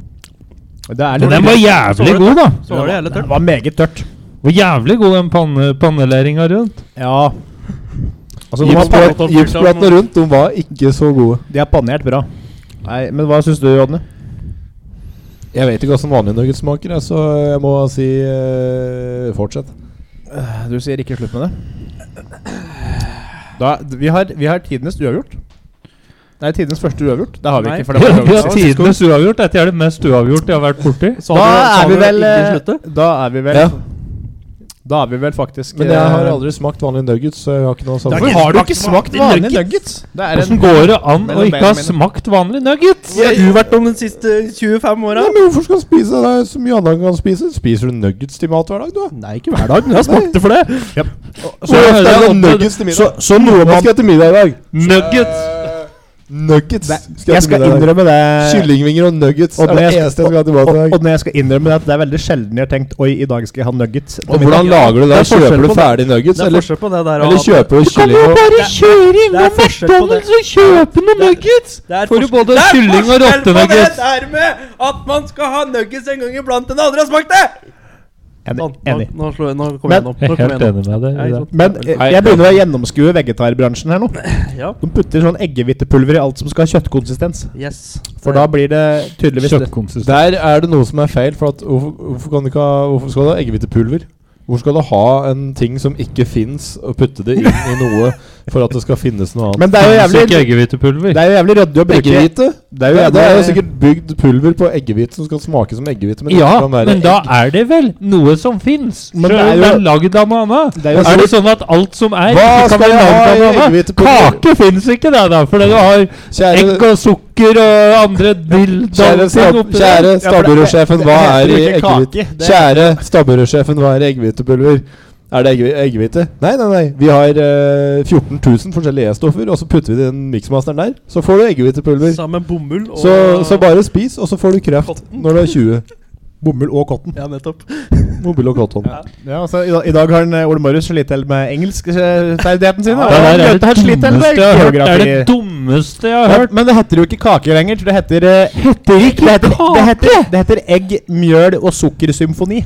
Speaker 2: Det er
Speaker 1: Men den var jævlig
Speaker 9: Så var det-
Speaker 1: god, da!
Speaker 9: Så var det hele
Speaker 2: Det
Speaker 9: tørt.
Speaker 2: var meget tørt.
Speaker 1: Hvor jævlig god den panne, panneleringa rundt.
Speaker 2: Ja. Altså, de, var,
Speaker 3: Gipsplat- Gipsplatene rundt de var ikke så gode.
Speaker 2: de er panert bra. Nei, Men hva syns du, Odne?
Speaker 3: Jeg vet ikke åssen vanlige nuggets smaker, jeg, så jeg må si eh, fortsett.
Speaker 2: Eh, Du sier ikke slutt med det. Da, vi, har, vi har tidenes uavgjort. Nei, tidenes første uavgjort. Det har vi
Speaker 9: Nei.
Speaker 2: ikke. For det var
Speaker 1: Vi har
Speaker 2: uavgjort.
Speaker 1: tidenes uavgjort. Dette er det mest uavgjort jeg har vært borti.
Speaker 9: Sa
Speaker 2: da,
Speaker 9: du- sa
Speaker 2: er vi
Speaker 9: du
Speaker 2: vel,
Speaker 9: ikke
Speaker 2: eh,
Speaker 9: slutte?
Speaker 2: da er vi vel
Speaker 3: Ja.
Speaker 2: Da er vi vel faktisk
Speaker 3: Men jeg har
Speaker 2: eh,
Speaker 3: aldri smakt vanlige nuggets, så jeg har ikke noe sånn
Speaker 2: Hvorfor har du ikke smakt vanlige nuggets? Det er
Speaker 1: Hvordan
Speaker 2: en
Speaker 1: går det an å
Speaker 2: Mellom
Speaker 1: ikke ha
Speaker 2: beina mine.
Speaker 1: smakt vanlig nuggets?
Speaker 9: Hvor har du vært om de siste 25 åra?
Speaker 3: Nei, men hvorfor skal du spise det? så mye annet du kan spise? Spiser du nuggets til mat hver dag, du?
Speaker 9: Nei, ikke hver dag, men jeg smakte for det.
Speaker 3: Så ofte er det nuggets til middag.
Speaker 2: så, så noe
Speaker 3: Hva
Speaker 2: man
Speaker 3: skal jeg til middag i dag? Eh,
Speaker 1: Nuggets!
Speaker 3: Nuggets.
Speaker 2: Nei,
Speaker 3: skal
Speaker 2: Jeg
Speaker 3: jeg til
Speaker 2: skal
Speaker 3: middag i dag.
Speaker 2: innrømme det
Speaker 3: Kyllingvinger og nuggets
Speaker 2: Og
Speaker 3: er det
Speaker 2: jeg skal-
Speaker 3: eneste jeg skal ha til mat i
Speaker 2: Og
Speaker 3: dag.
Speaker 2: og når jeg skal innrømme det at det er veldig sjelden jeg har tenkt Oi, i dag skal jeg ha nuggets. til
Speaker 3: Og hvordan
Speaker 2: middag.
Speaker 3: lager du det?
Speaker 9: forskjell
Speaker 3: Kjøper
Speaker 9: på
Speaker 3: du
Speaker 9: det.
Speaker 3: ferdig nuggets,
Speaker 9: Det er
Speaker 3: eller,
Speaker 9: forskjell på det der
Speaker 3: eller kjøper du
Speaker 1: Kan du
Speaker 3: kylling og
Speaker 1: bare kjøre
Speaker 9: det er
Speaker 1: innom
Speaker 9: forskjell på det.
Speaker 1: McDonald's og kjøpe noen
Speaker 9: Det er-
Speaker 1: nuggets? Får du både kylling og
Speaker 9: Det er forskjell
Speaker 1: rottenuggets?
Speaker 9: på det der med at man skal ha nuggets en gang iblant enn andre har smakt det!
Speaker 2: Enig.
Speaker 9: Sånn,
Speaker 2: enig.
Speaker 9: Nå, nå, slår jeg, nå kom
Speaker 2: Men-
Speaker 9: jeg opp.
Speaker 1: Jeg
Speaker 9: Nå
Speaker 1: er
Speaker 9: kom jeg
Speaker 1: helt
Speaker 9: igjen
Speaker 1: enig med deg. i det.
Speaker 9: opp.
Speaker 2: Men eh, jeg, jeg begynner å gjennomskue vegetarbransjen her nå.
Speaker 9: Ja,
Speaker 2: De putter sånn eggehvitepulver i alt som skal ha kjøttkonsistens.
Speaker 9: yes.
Speaker 2: For da blir det tydeligvis det.
Speaker 1: Kjøttkonsistens.
Speaker 3: Der er det noe som er feil, for at hvorfor, hvorfor, kan du ikke ha, hvorfor skal du ha eggehvitepulver? Hvorfor skal du ha en ting som ikke fins, og putte det inn i noe for at det skal finnes noe annet?
Speaker 2: Men det er jo
Speaker 1: Finnes ikke
Speaker 2: jævlig
Speaker 1: eggehvitepulver.
Speaker 2: Det er jo jævlig ryddig å bruke
Speaker 3: Eggehvite?
Speaker 2: Det er jo
Speaker 3: Det, det er jo
Speaker 2: jævlig
Speaker 3: sikkert bygd pulver på eggehvite som skal smake som eggehvite. Men
Speaker 1: Ja,
Speaker 3: ikke kan være
Speaker 1: men da er det vel noe som fins?
Speaker 2: Men det er
Speaker 1: Sjøl om
Speaker 2: jo-
Speaker 1: det er lagd av noe annet.
Speaker 2: Det er jo
Speaker 1: Er det
Speaker 2: så-
Speaker 1: sånn at alt som er,
Speaker 3: Hva skal
Speaker 1: ikke kan være
Speaker 3: jeg ha
Speaker 1: lagd
Speaker 3: i
Speaker 1: av noe annet?
Speaker 3: eggehvitepulver?
Speaker 1: Kake fins ikke, det da, fordi du har
Speaker 3: Kjære-
Speaker 1: egg og sukker og andre
Speaker 3: Kjære,
Speaker 1: dildoer
Speaker 3: stab
Speaker 1: oppi der.
Speaker 3: kjære stabbursjefen, hva er i
Speaker 2: heter jo ikke
Speaker 3: eggehvite?
Speaker 2: kake, det-
Speaker 3: Kjære stabbursjefen, hva er i eggehvitepulver? Er det eggehvi- eggehvite? Nei, nei, nei. Vi har eh, 14 000 forskjellige E-stoffer, og så putter vi det i den miksmasteren der. Så får du eggehvitepulver.
Speaker 9: Sammen med bomull og
Speaker 3: Så, så bare spis, og så får du kreft
Speaker 9: Cotton.
Speaker 3: når du er 20.
Speaker 2: Bomull og cotton.
Speaker 9: Ja, nettopp.
Speaker 3: Mobil og cotton.
Speaker 2: Ja, altså, i, da- I dag har han, eh, Ole Marius slitt helt med engelskferdigheten sin.
Speaker 1: Det der er
Speaker 2: Gaute
Speaker 1: det
Speaker 2: har slitt helt
Speaker 1: dummeste
Speaker 2: med
Speaker 1: jeg har hørt. Det er
Speaker 2: geografi.
Speaker 1: det dummeste jeg har
Speaker 2: Ja,
Speaker 1: hørt.
Speaker 2: Men det heter jo ikke kake lenger. så Det heter eh, det heter, det heter, det heter egg, mjøl og sukkersymfoni.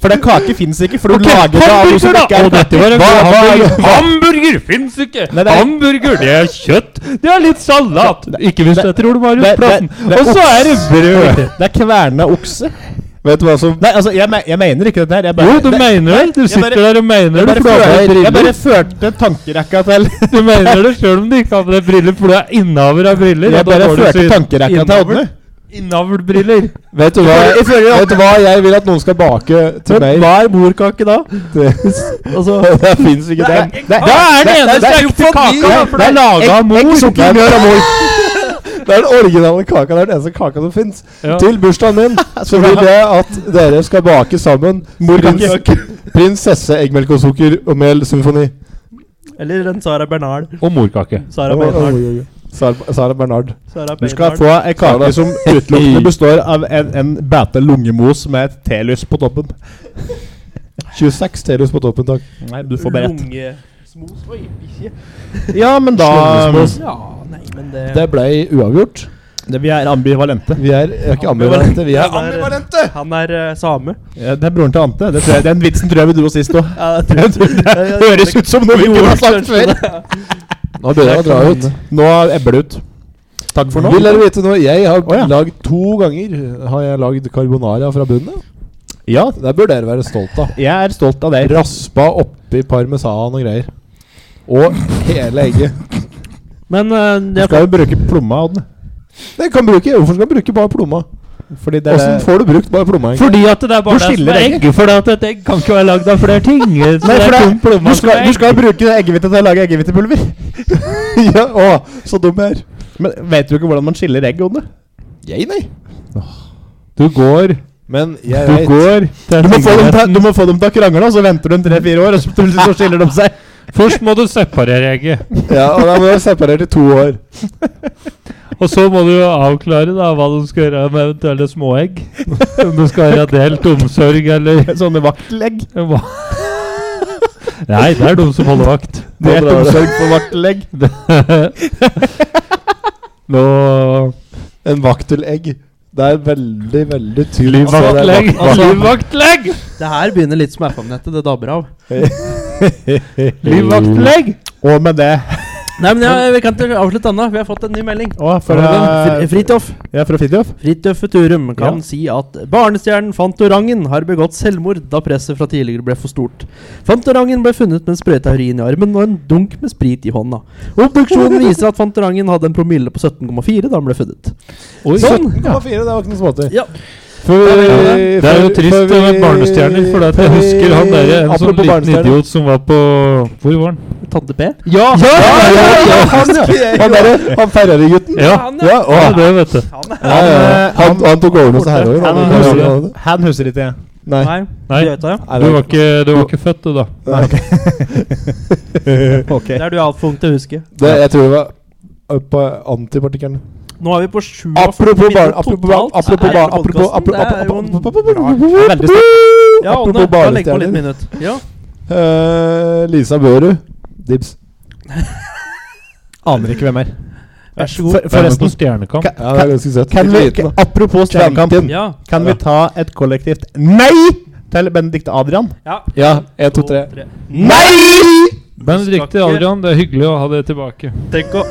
Speaker 2: For det kake fins ikke, for du lager det av noe som
Speaker 1: Hamburger,
Speaker 2: ikke er
Speaker 1: da! Og dette var en
Speaker 2: Hva-
Speaker 1: god
Speaker 2: hva er-
Speaker 1: hamburger. Hamburger fins ikke!
Speaker 2: Nei, det er-
Speaker 1: Hamburger, det er kjøtt. Det er litt salat. Ikke hvis
Speaker 2: det-
Speaker 1: jeg tror det var
Speaker 2: det-
Speaker 1: Marius Plassen.
Speaker 2: det- det er
Speaker 1: Og så er det brød.
Speaker 2: Det er kverna okse.
Speaker 3: Vet du hva som
Speaker 2: Nei, altså, jeg, me jeg mener ikke dette her. Jeg bare,
Speaker 1: Jo, du
Speaker 2: det-
Speaker 1: mener det! Du sitter
Speaker 2: bare-
Speaker 1: der og mener
Speaker 2: jeg
Speaker 1: det,
Speaker 2: bare,
Speaker 1: for du har på
Speaker 2: følte,
Speaker 1: deg
Speaker 2: jeg bare
Speaker 1: briller.
Speaker 2: følte tankerekka til
Speaker 1: Du mener det selv om du ikke har på deg briller, for du er innehaver av briller.
Speaker 2: Jeg
Speaker 1: og da
Speaker 2: bare
Speaker 1: går du
Speaker 2: følte
Speaker 1: så-
Speaker 2: tankerekka til Ådne.
Speaker 1: Innavlbriller.
Speaker 3: Vet du hva jeg, vet du hva jeg vil at noen skal bake til meg?
Speaker 10: Hva er morkake da?
Speaker 3: Det,
Speaker 10: Altså,
Speaker 3: det fins ikke det.
Speaker 2: Det- det-
Speaker 1: Da er den
Speaker 2: det-
Speaker 1: eneste
Speaker 2: det-
Speaker 1: ekte kaka,
Speaker 2: det-
Speaker 1: for det er laga av mor.
Speaker 2: Egg, sukker, mjøl og mor.
Speaker 3: Det er den originale kaka. Det er den eneste kaka som fins.
Speaker 1: Ja.
Speaker 3: Til bursdagen min så vil jeg at dere skal bake sammen prins, prinsesse, eggmelk og sukker og mel-symfoni.
Speaker 4: Eller en Sara Bernal.
Speaker 11: Og morkake.
Speaker 4: Sara
Speaker 3: Oi, oi,
Speaker 4: Bernal.
Speaker 3: oi, oi. Sara Sara Bernard.
Speaker 4: Sara
Speaker 2: Du skal
Speaker 4: Bernal.
Speaker 2: få ei kake som utelukkende består av en, en bete lungemos med et telys på toppen.
Speaker 3: 26 telus på toppen, takk.
Speaker 2: Nei, du får bare ett.
Speaker 4: Lungesmos Oi, bikkje.
Speaker 2: Ja, men da
Speaker 3: Lungesmos.
Speaker 4: Ja, nei, men det,
Speaker 3: Det blei uavgjort.
Speaker 2: det, Vi er ambivalente.
Speaker 3: Vi er, er ikke ambivalente, vi er
Speaker 4: ambivalente! Han er eh, same.
Speaker 2: Ja, det er broren til Ante. Det tror jeg, den vitsen tror jeg vi dro sist òg.
Speaker 4: Ja, det
Speaker 2: Det høres ut som noe vi ikke har sagt før.
Speaker 3: Nå begynner jeg å dra ut.
Speaker 2: Nå ebber det ut. Takk for nå.
Speaker 3: Vil dere vite noe? Jeg har
Speaker 2: Å, ja.
Speaker 3: lagd to ganger Har jeg lagd carbonara fra bunnen. av.
Speaker 2: Ja,
Speaker 3: Det bør dere være stolt av.
Speaker 2: jeg er stolt av deg.
Speaker 3: Raspa oppi parmesan og greier. Og hele egget.
Speaker 4: Men eh,
Speaker 2: Du skal jo bruke plomma, Odne.
Speaker 3: Det kan bruke, Hvorfor skal man bruke bare plomma?
Speaker 2: Fordi det
Speaker 3: Åssen
Speaker 2: er
Speaker 3: får du brukt bare plomma? egentlig?
Speaker 1: Fordi at det er bare
Speaker 2: Hvor
Speaker 1: det som
Speaker 2: skiller
Speaker 1: er
Speaker 2: egg?
Speaker 1: egg. Fordi at et egg kan ikke være lagd av flere ting. Så
Speaker 2: Nei,
Speaker 1: det
Speaker 2: for
Speaker 1: er
Speaker 2: det,
Speaker 1: kun plomma
Speaker 2: du,
Speaker 1: som
Speaker 2: skal,
Speaker 1: er
Speaker 2: du
Speaker 1: egg.
Speaker 2: skal bruke eggehvite til å lage eggehvitepulver.
Speaker 3: ja, å, så dum jeg er.
Speaker 2: Men vet du ikke hvordan man skiller egg, Odne?
Speaker 3: Jeg, nei.
Speaker 2: Du går
Speaker 3: Men jeg
Speaker 2: Du
Speaker 3: vet-
Speaker 2: går du må, få dem til, du må få dem til å krangle, og så venter du tre-fire år, og så plutselig så skiller de seg.
Speaker 1: Først må du separere egget.
Speaker 3: Ja, og da må jeg separere i to år.
Speaker 1: Og så må du jo avklare da hva du skal gjøre med eventuelle småegg. Om du skal ha delt omsorg eller
Speaker 2: Sånne vaktelegg.
Speaker 1: hva. Nei, det er de som holder vakt.
Speaker 2: Det er omsorg for vaktelegg.
Speaker 1: Nå
Speaker 3: En vaktelegg. Det er veldig, veldig Altså, tydelig.
Speaker 1: Livvaktlegg! Livvaktlegg!
Speaker 4: det her begynner litt som FM-nettet. Det dabber av.
Speaker 1: Livvaktlegg!
Speaker 2: Og med det
Speaker 4: Nei, men ja, Vi kan ikke avslutte ennå. Vi har fått en ny melding.
Speaker 2: Å, fra,
Speaker 4: Fri- Fridtjof
Speaker 2: ja, fra Fridtjof.
Speaker 4: Fridtjof Futurum kan
Speaker 2: Ja.
Speaker 4: si at barnestjernen Fantorangen har begått selvmord da presset fra tidligere ble for stort. Fantorangen ble funnet med en sprøyta urin i armen og en dunk med sprit i hånda. Obduksjonen viser at Fantorangen hadde en promille på 17,4 da han ble funnet.
Speaker 3: Oi,
Speaker 4: Sånn,
Speaker 3: 17,4, det var ikke noe småtteri.
Speaker 4: Ja.
Speaker 1: Det er jo trist det med barnestjerner, for at jeg husker han derre en sånn
Speaker 3: Apropos
Speaker 1: liten
Speaker 3: barnestjerner.
Speaker 1: idiot som var på Hvor var han?
Speaker 4: Tante P.
Speaker 3: Ja! ja, ja, ja, han ja. Han derre han Ferrari-gutten.
Speaker 1: Ja,
Speaker 3: Ja, å,
Speaker 1: ja det vet du.
Speaker 3: ja, ja. Han, han tok overnose her òg.
Speaker 2: Han husker det. Han husker ikke.
Speaker 3: Nei.
Speaker 4: Nei.
Speaker 1: Nei,
Speaker 4: du vet det.
Speaker 3: Nei,
Speaker 1: du var ikke, du var ikke født, du, da.
Speaker 3: Nei.
Speaker 2: Ok.
Speaker 4: Det er du altfor ung til å huske.
Speaker 3: Det, jeg tror det var opp på antipartikkelen.
Speaker 4: Nå er vi på 7
Speaker 3: Apropos barn, apropos barn, apropos barn Apropos apropos- apropos- apropos-
Speaker 2: Veldig sterkt.
Speaker 4: Ja, Ånne,
Speaker 3: apropos
Speaker 4: da legg på litt
Speaker 3: barnestjerner.
Speaker 4: minutt. Ja.
Speaker 3: Eh, Lisa Børud. Dibs.
Speaker 2: Aner ikke hvem er.
Speaker 4: Vær så god.
Speaker 2: For-
Speaker 1: Forresten,
Speaker 2: Forresten,
Speaker 1: Stjernekamp.
Speaker 2: ka-
Speaker 3: Ja, det er ganske søtt.
Speaker 2: kan vi,
Speaker 3: Litt liten, da.
Speaker 2: apropos Stjernekamp,
Speaker 3: Kventin.
Speaker 4: Ja.
Speaker 2: kan vi ta et kollektivt nei til Benedicte Adrian?
Speaker 4: ja.
Speaker 3: Ja, en, to, tre.
Speaker 2: Nei!
Speaker 1: Men riktig,
Speaker 4: ikke-
Speaker 1: Adrian. Det er hyggelig å ha det tilbake.
Speaker 4: Tenk å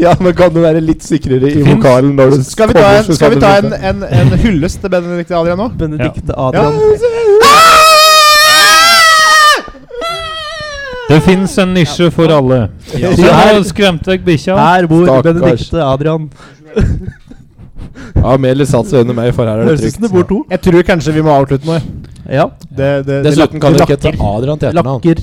Speaker 3: Ja, men kan du være litt sikrere i
Speaker 1: Fins-
Speaker 3: vokalen når du
Speaker 2: Skal vi ta
Speaker 3: kommer,
Speaker 2: en,
Speaker 3: så
Speaker 2: skal vi
Speaker 3: du
Speaker 2: ta en,
Speaker 3: vite.
Speaker 2: en, en hyllest til Benedicte Adrian nå?
Speaker 4: Benedicte
Speaker 2: Ja.
Speaker 4: Adrian.
Speaker 1: Det fins en nisje for alle. Så
Speaker 3: Ja.
Speaker 1: nå skremte jeg bikkja.
Speaker 4: Her bor
Speaker 3: Stakkars.
Speaker 4: Benedicte Adrian.
Speaker 3: Ja, Meli satt seg under meg, for her er det
Speaker 4: Høres ut
Speaker 3: trygt.
Speaker 4: som det bor to.
Speaker 2: Jeg tror kanskje vi må avslutte nå. jeg.
Speaker 4: Ja.
Speaker 2: Det, det, det
Speaker 3: Dessuten kan
Speaker 2: lak-
Speaker 3: du
Speaker 2: det
Speaker 3: ikke hete Adrian til etternavn.
Speaker 4: Lakker.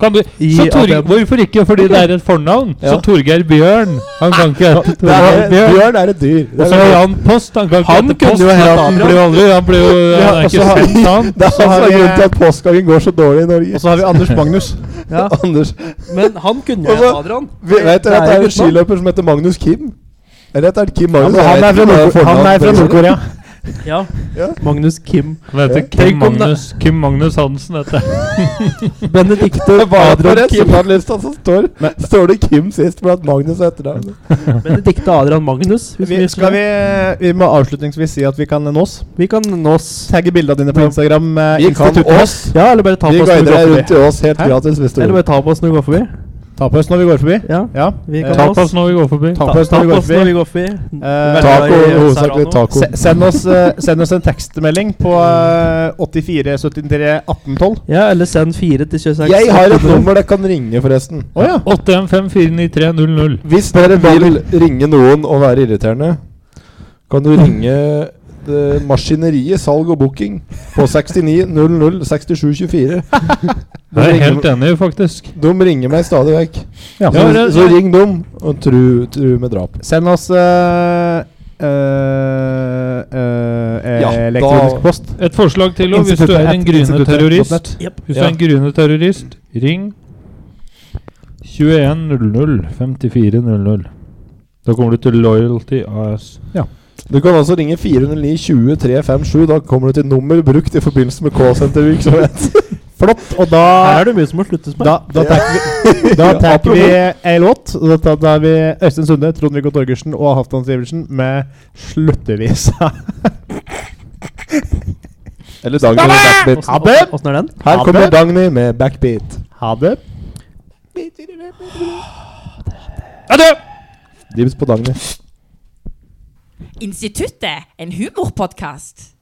Speaker 1: Kan du,
Speaker 4: I
Speaker 1: så Torge,
Speaker 4: Adrian.
Speaker 1: hvorfor ikke? Fordi det er et fornavn.
Speaker 3: Ja.
Speaker 1: Så Torgeir Bjørn. Han kan ikke hete
Speaker 3: Det er-
Speaker 1: Torgeir Bjørn.
Speaker 3: Bjørn er et dyr.
Speaker 1: Og så har han Post. Han kan ikke
Speaker 4: Han
Speaker 1: hete
Speaker 4: kunne
Speaker 1: Post.
Speaker 4: jo
Speaker 1: men
Speaker 4: hete
Speaker 1: han
Speaker 4: Adrian.
Speaker 1: blir jo aldri Han blir jo
Speaker 3: Ja,
Speaker 1: Han er
Speaker 3: og så
Speaker 1: ikke
Speaker 3: har-
Speaker 1: spent, han.
Speaker 3: Det er
Speaker 2: Så har
Speaker 3: altså
Speaker 2: vi-
Speaker 3: grunnen til at påskehagen går så dårlig i Norge.
Speaker 2: Og så har vi Anders Magnus.
Speaker 4: Ja.
Speaker 3: Anders,
Speaker 4: Men han kunne jo
Speaker 3: Og så-
Speaker 4: hett Adrian.
Speaker 3: vi vet dere at det
Speaker 4: Det er
Speaker 3: er
Speaker 4: jo
Speaker 3: en skiløper som heter Magnus Kim? Eller heter han Kim
Speaker 2: Ja,
Speaker 3: Magnus?
Speaker 2: men han
Speaker 3: Jeg vet
Speaker 2: er fra
Speaker 3: ikke hva
Speaker 2: Nord- han
Speaker 3: fornavnet
Speaker 2: er fra
Speaker 3: er.
Speaker 2: Nord-Korea.
Speaker 4: Ja.
Speaker 3: Ja.
Speaker 4: Magnus Kim.
Speaker 1: Han heter Kim
Speaker 4: Tenk om det-
Speaker 1: Magnus, Kim Magnus Hansen. Heter.
Speaker 3: Det
Speaker 4: Benedicte
Speaker 3: var for
Speaker 4: Adrian
Speaker 3: en
Speaker 4: Kim.
Speaker 3: signalliste, så står, står det Kim sist blant Magnus etter det.
Speaker 4: Benedicte Adrian Magnus. hvis
Speaker 2: Vi, skal vi, eh, vi må avslutningsvis si at vi kan nås.
Speaker 4: Vi kan nås.
Speaker 2: Tagge bildene dine på Instagram. eh, med
Speaker 3: Vi kan
Speaker 2: Instituttet.
Speaker 3: oss.
Speaker 4: Ja, eller bare ta
Speaker 3: Vi
Speaker 4: på oss når vi
Speaker 3: guider
Speaker 4: går
Speaker 3: deg
Speaker 4: forbi.
Speaker 3: rundt i oss helt
Speaker 2: Hæ?
Speaker 3: gratis hvis du
Speaker 4: Eller
Speaker 3: vil.
Speaker 4: bare ta på oss når vi går forbi.
Speaker 2: Tapas når vi går forbi.
Speaker 4: Ja,
Speaker 2: Ja.
Speaker 4: vi
Speaker 2: Eh,
Speaker 4: kan
Speaker 1: Ta på oss når vi går forbi.
Speaker 2: Tapas når vi går forbi.
Speaker 4: går forbi.
Speaker 2: Eh,
Speaker 3: Taco,
Speaker 4: Veldig glad i
Speaker 3: hovedsakelig
Speaker 4: Serrano.
Speaker 3: taco.
Speaker 2: se- send, oss, eh, send oss en tekstmelding på eh, 84 73 1812.
Speaker 4: Ja, eller send fire til 26.
Speaker 3: Jeg har et nummer dere kan ringe, forresten.
Speaker 2: Å ja.
Speaker 1: 81549300.
Speaker 3: Hvis dere vil ringe noen og være irriterende, kan du ringe eh, Maskineriet salg og booking på 69 00 67 24.
Speaker 1: Jeg er helt enig, faktisk.
Speaker 3: De ringer meg stadig vekk.
Speaker 2: Ja.
Speaker 3: Så,
Speaker 1: det-
Speaker 3: så ring dem og tru, tru med drap.
Speaker 2: Send oss eh, eh, eh,
Speaker 3: Ja,
Speaker 2: elektronisk
Speaker 3: da-
Speaker 2: post.
Speaker 1: Et forslag til, og hvis du er en gryende terrorist Hvis du er en gryende terrorist, ring 2100-5400. Da kommer du til Loyalty AS.
Speaker 3: Du kan altså ringe 409 20 357. Da kommer du til nummer brukt i forbindelse med K-sentervirksomhet.
Speaker 2: Flott. Og da
Speaker 4: Her er det mye som må sluttes med.
Speaker 2: Da, da tar vi, da tar vi en låt. og Da tar da har vi Øystein Sunde, Trond-Viggo Torgersen og Halvdan Sivertsen med 'Sluttevisa'.
Speaker 3: Eller Dagny med
Speaker 2: Ha
Speaker 3: backbeat.
Speaker 2: det!
Speaker 4: Åssen er den?
Speaker 3: Her kommer Dagny med backbeat.
Speaker 2: Ha det.
Speaker 3: Dibs på Dagny.
Speaker 12: Instituttet, en humorpodkast.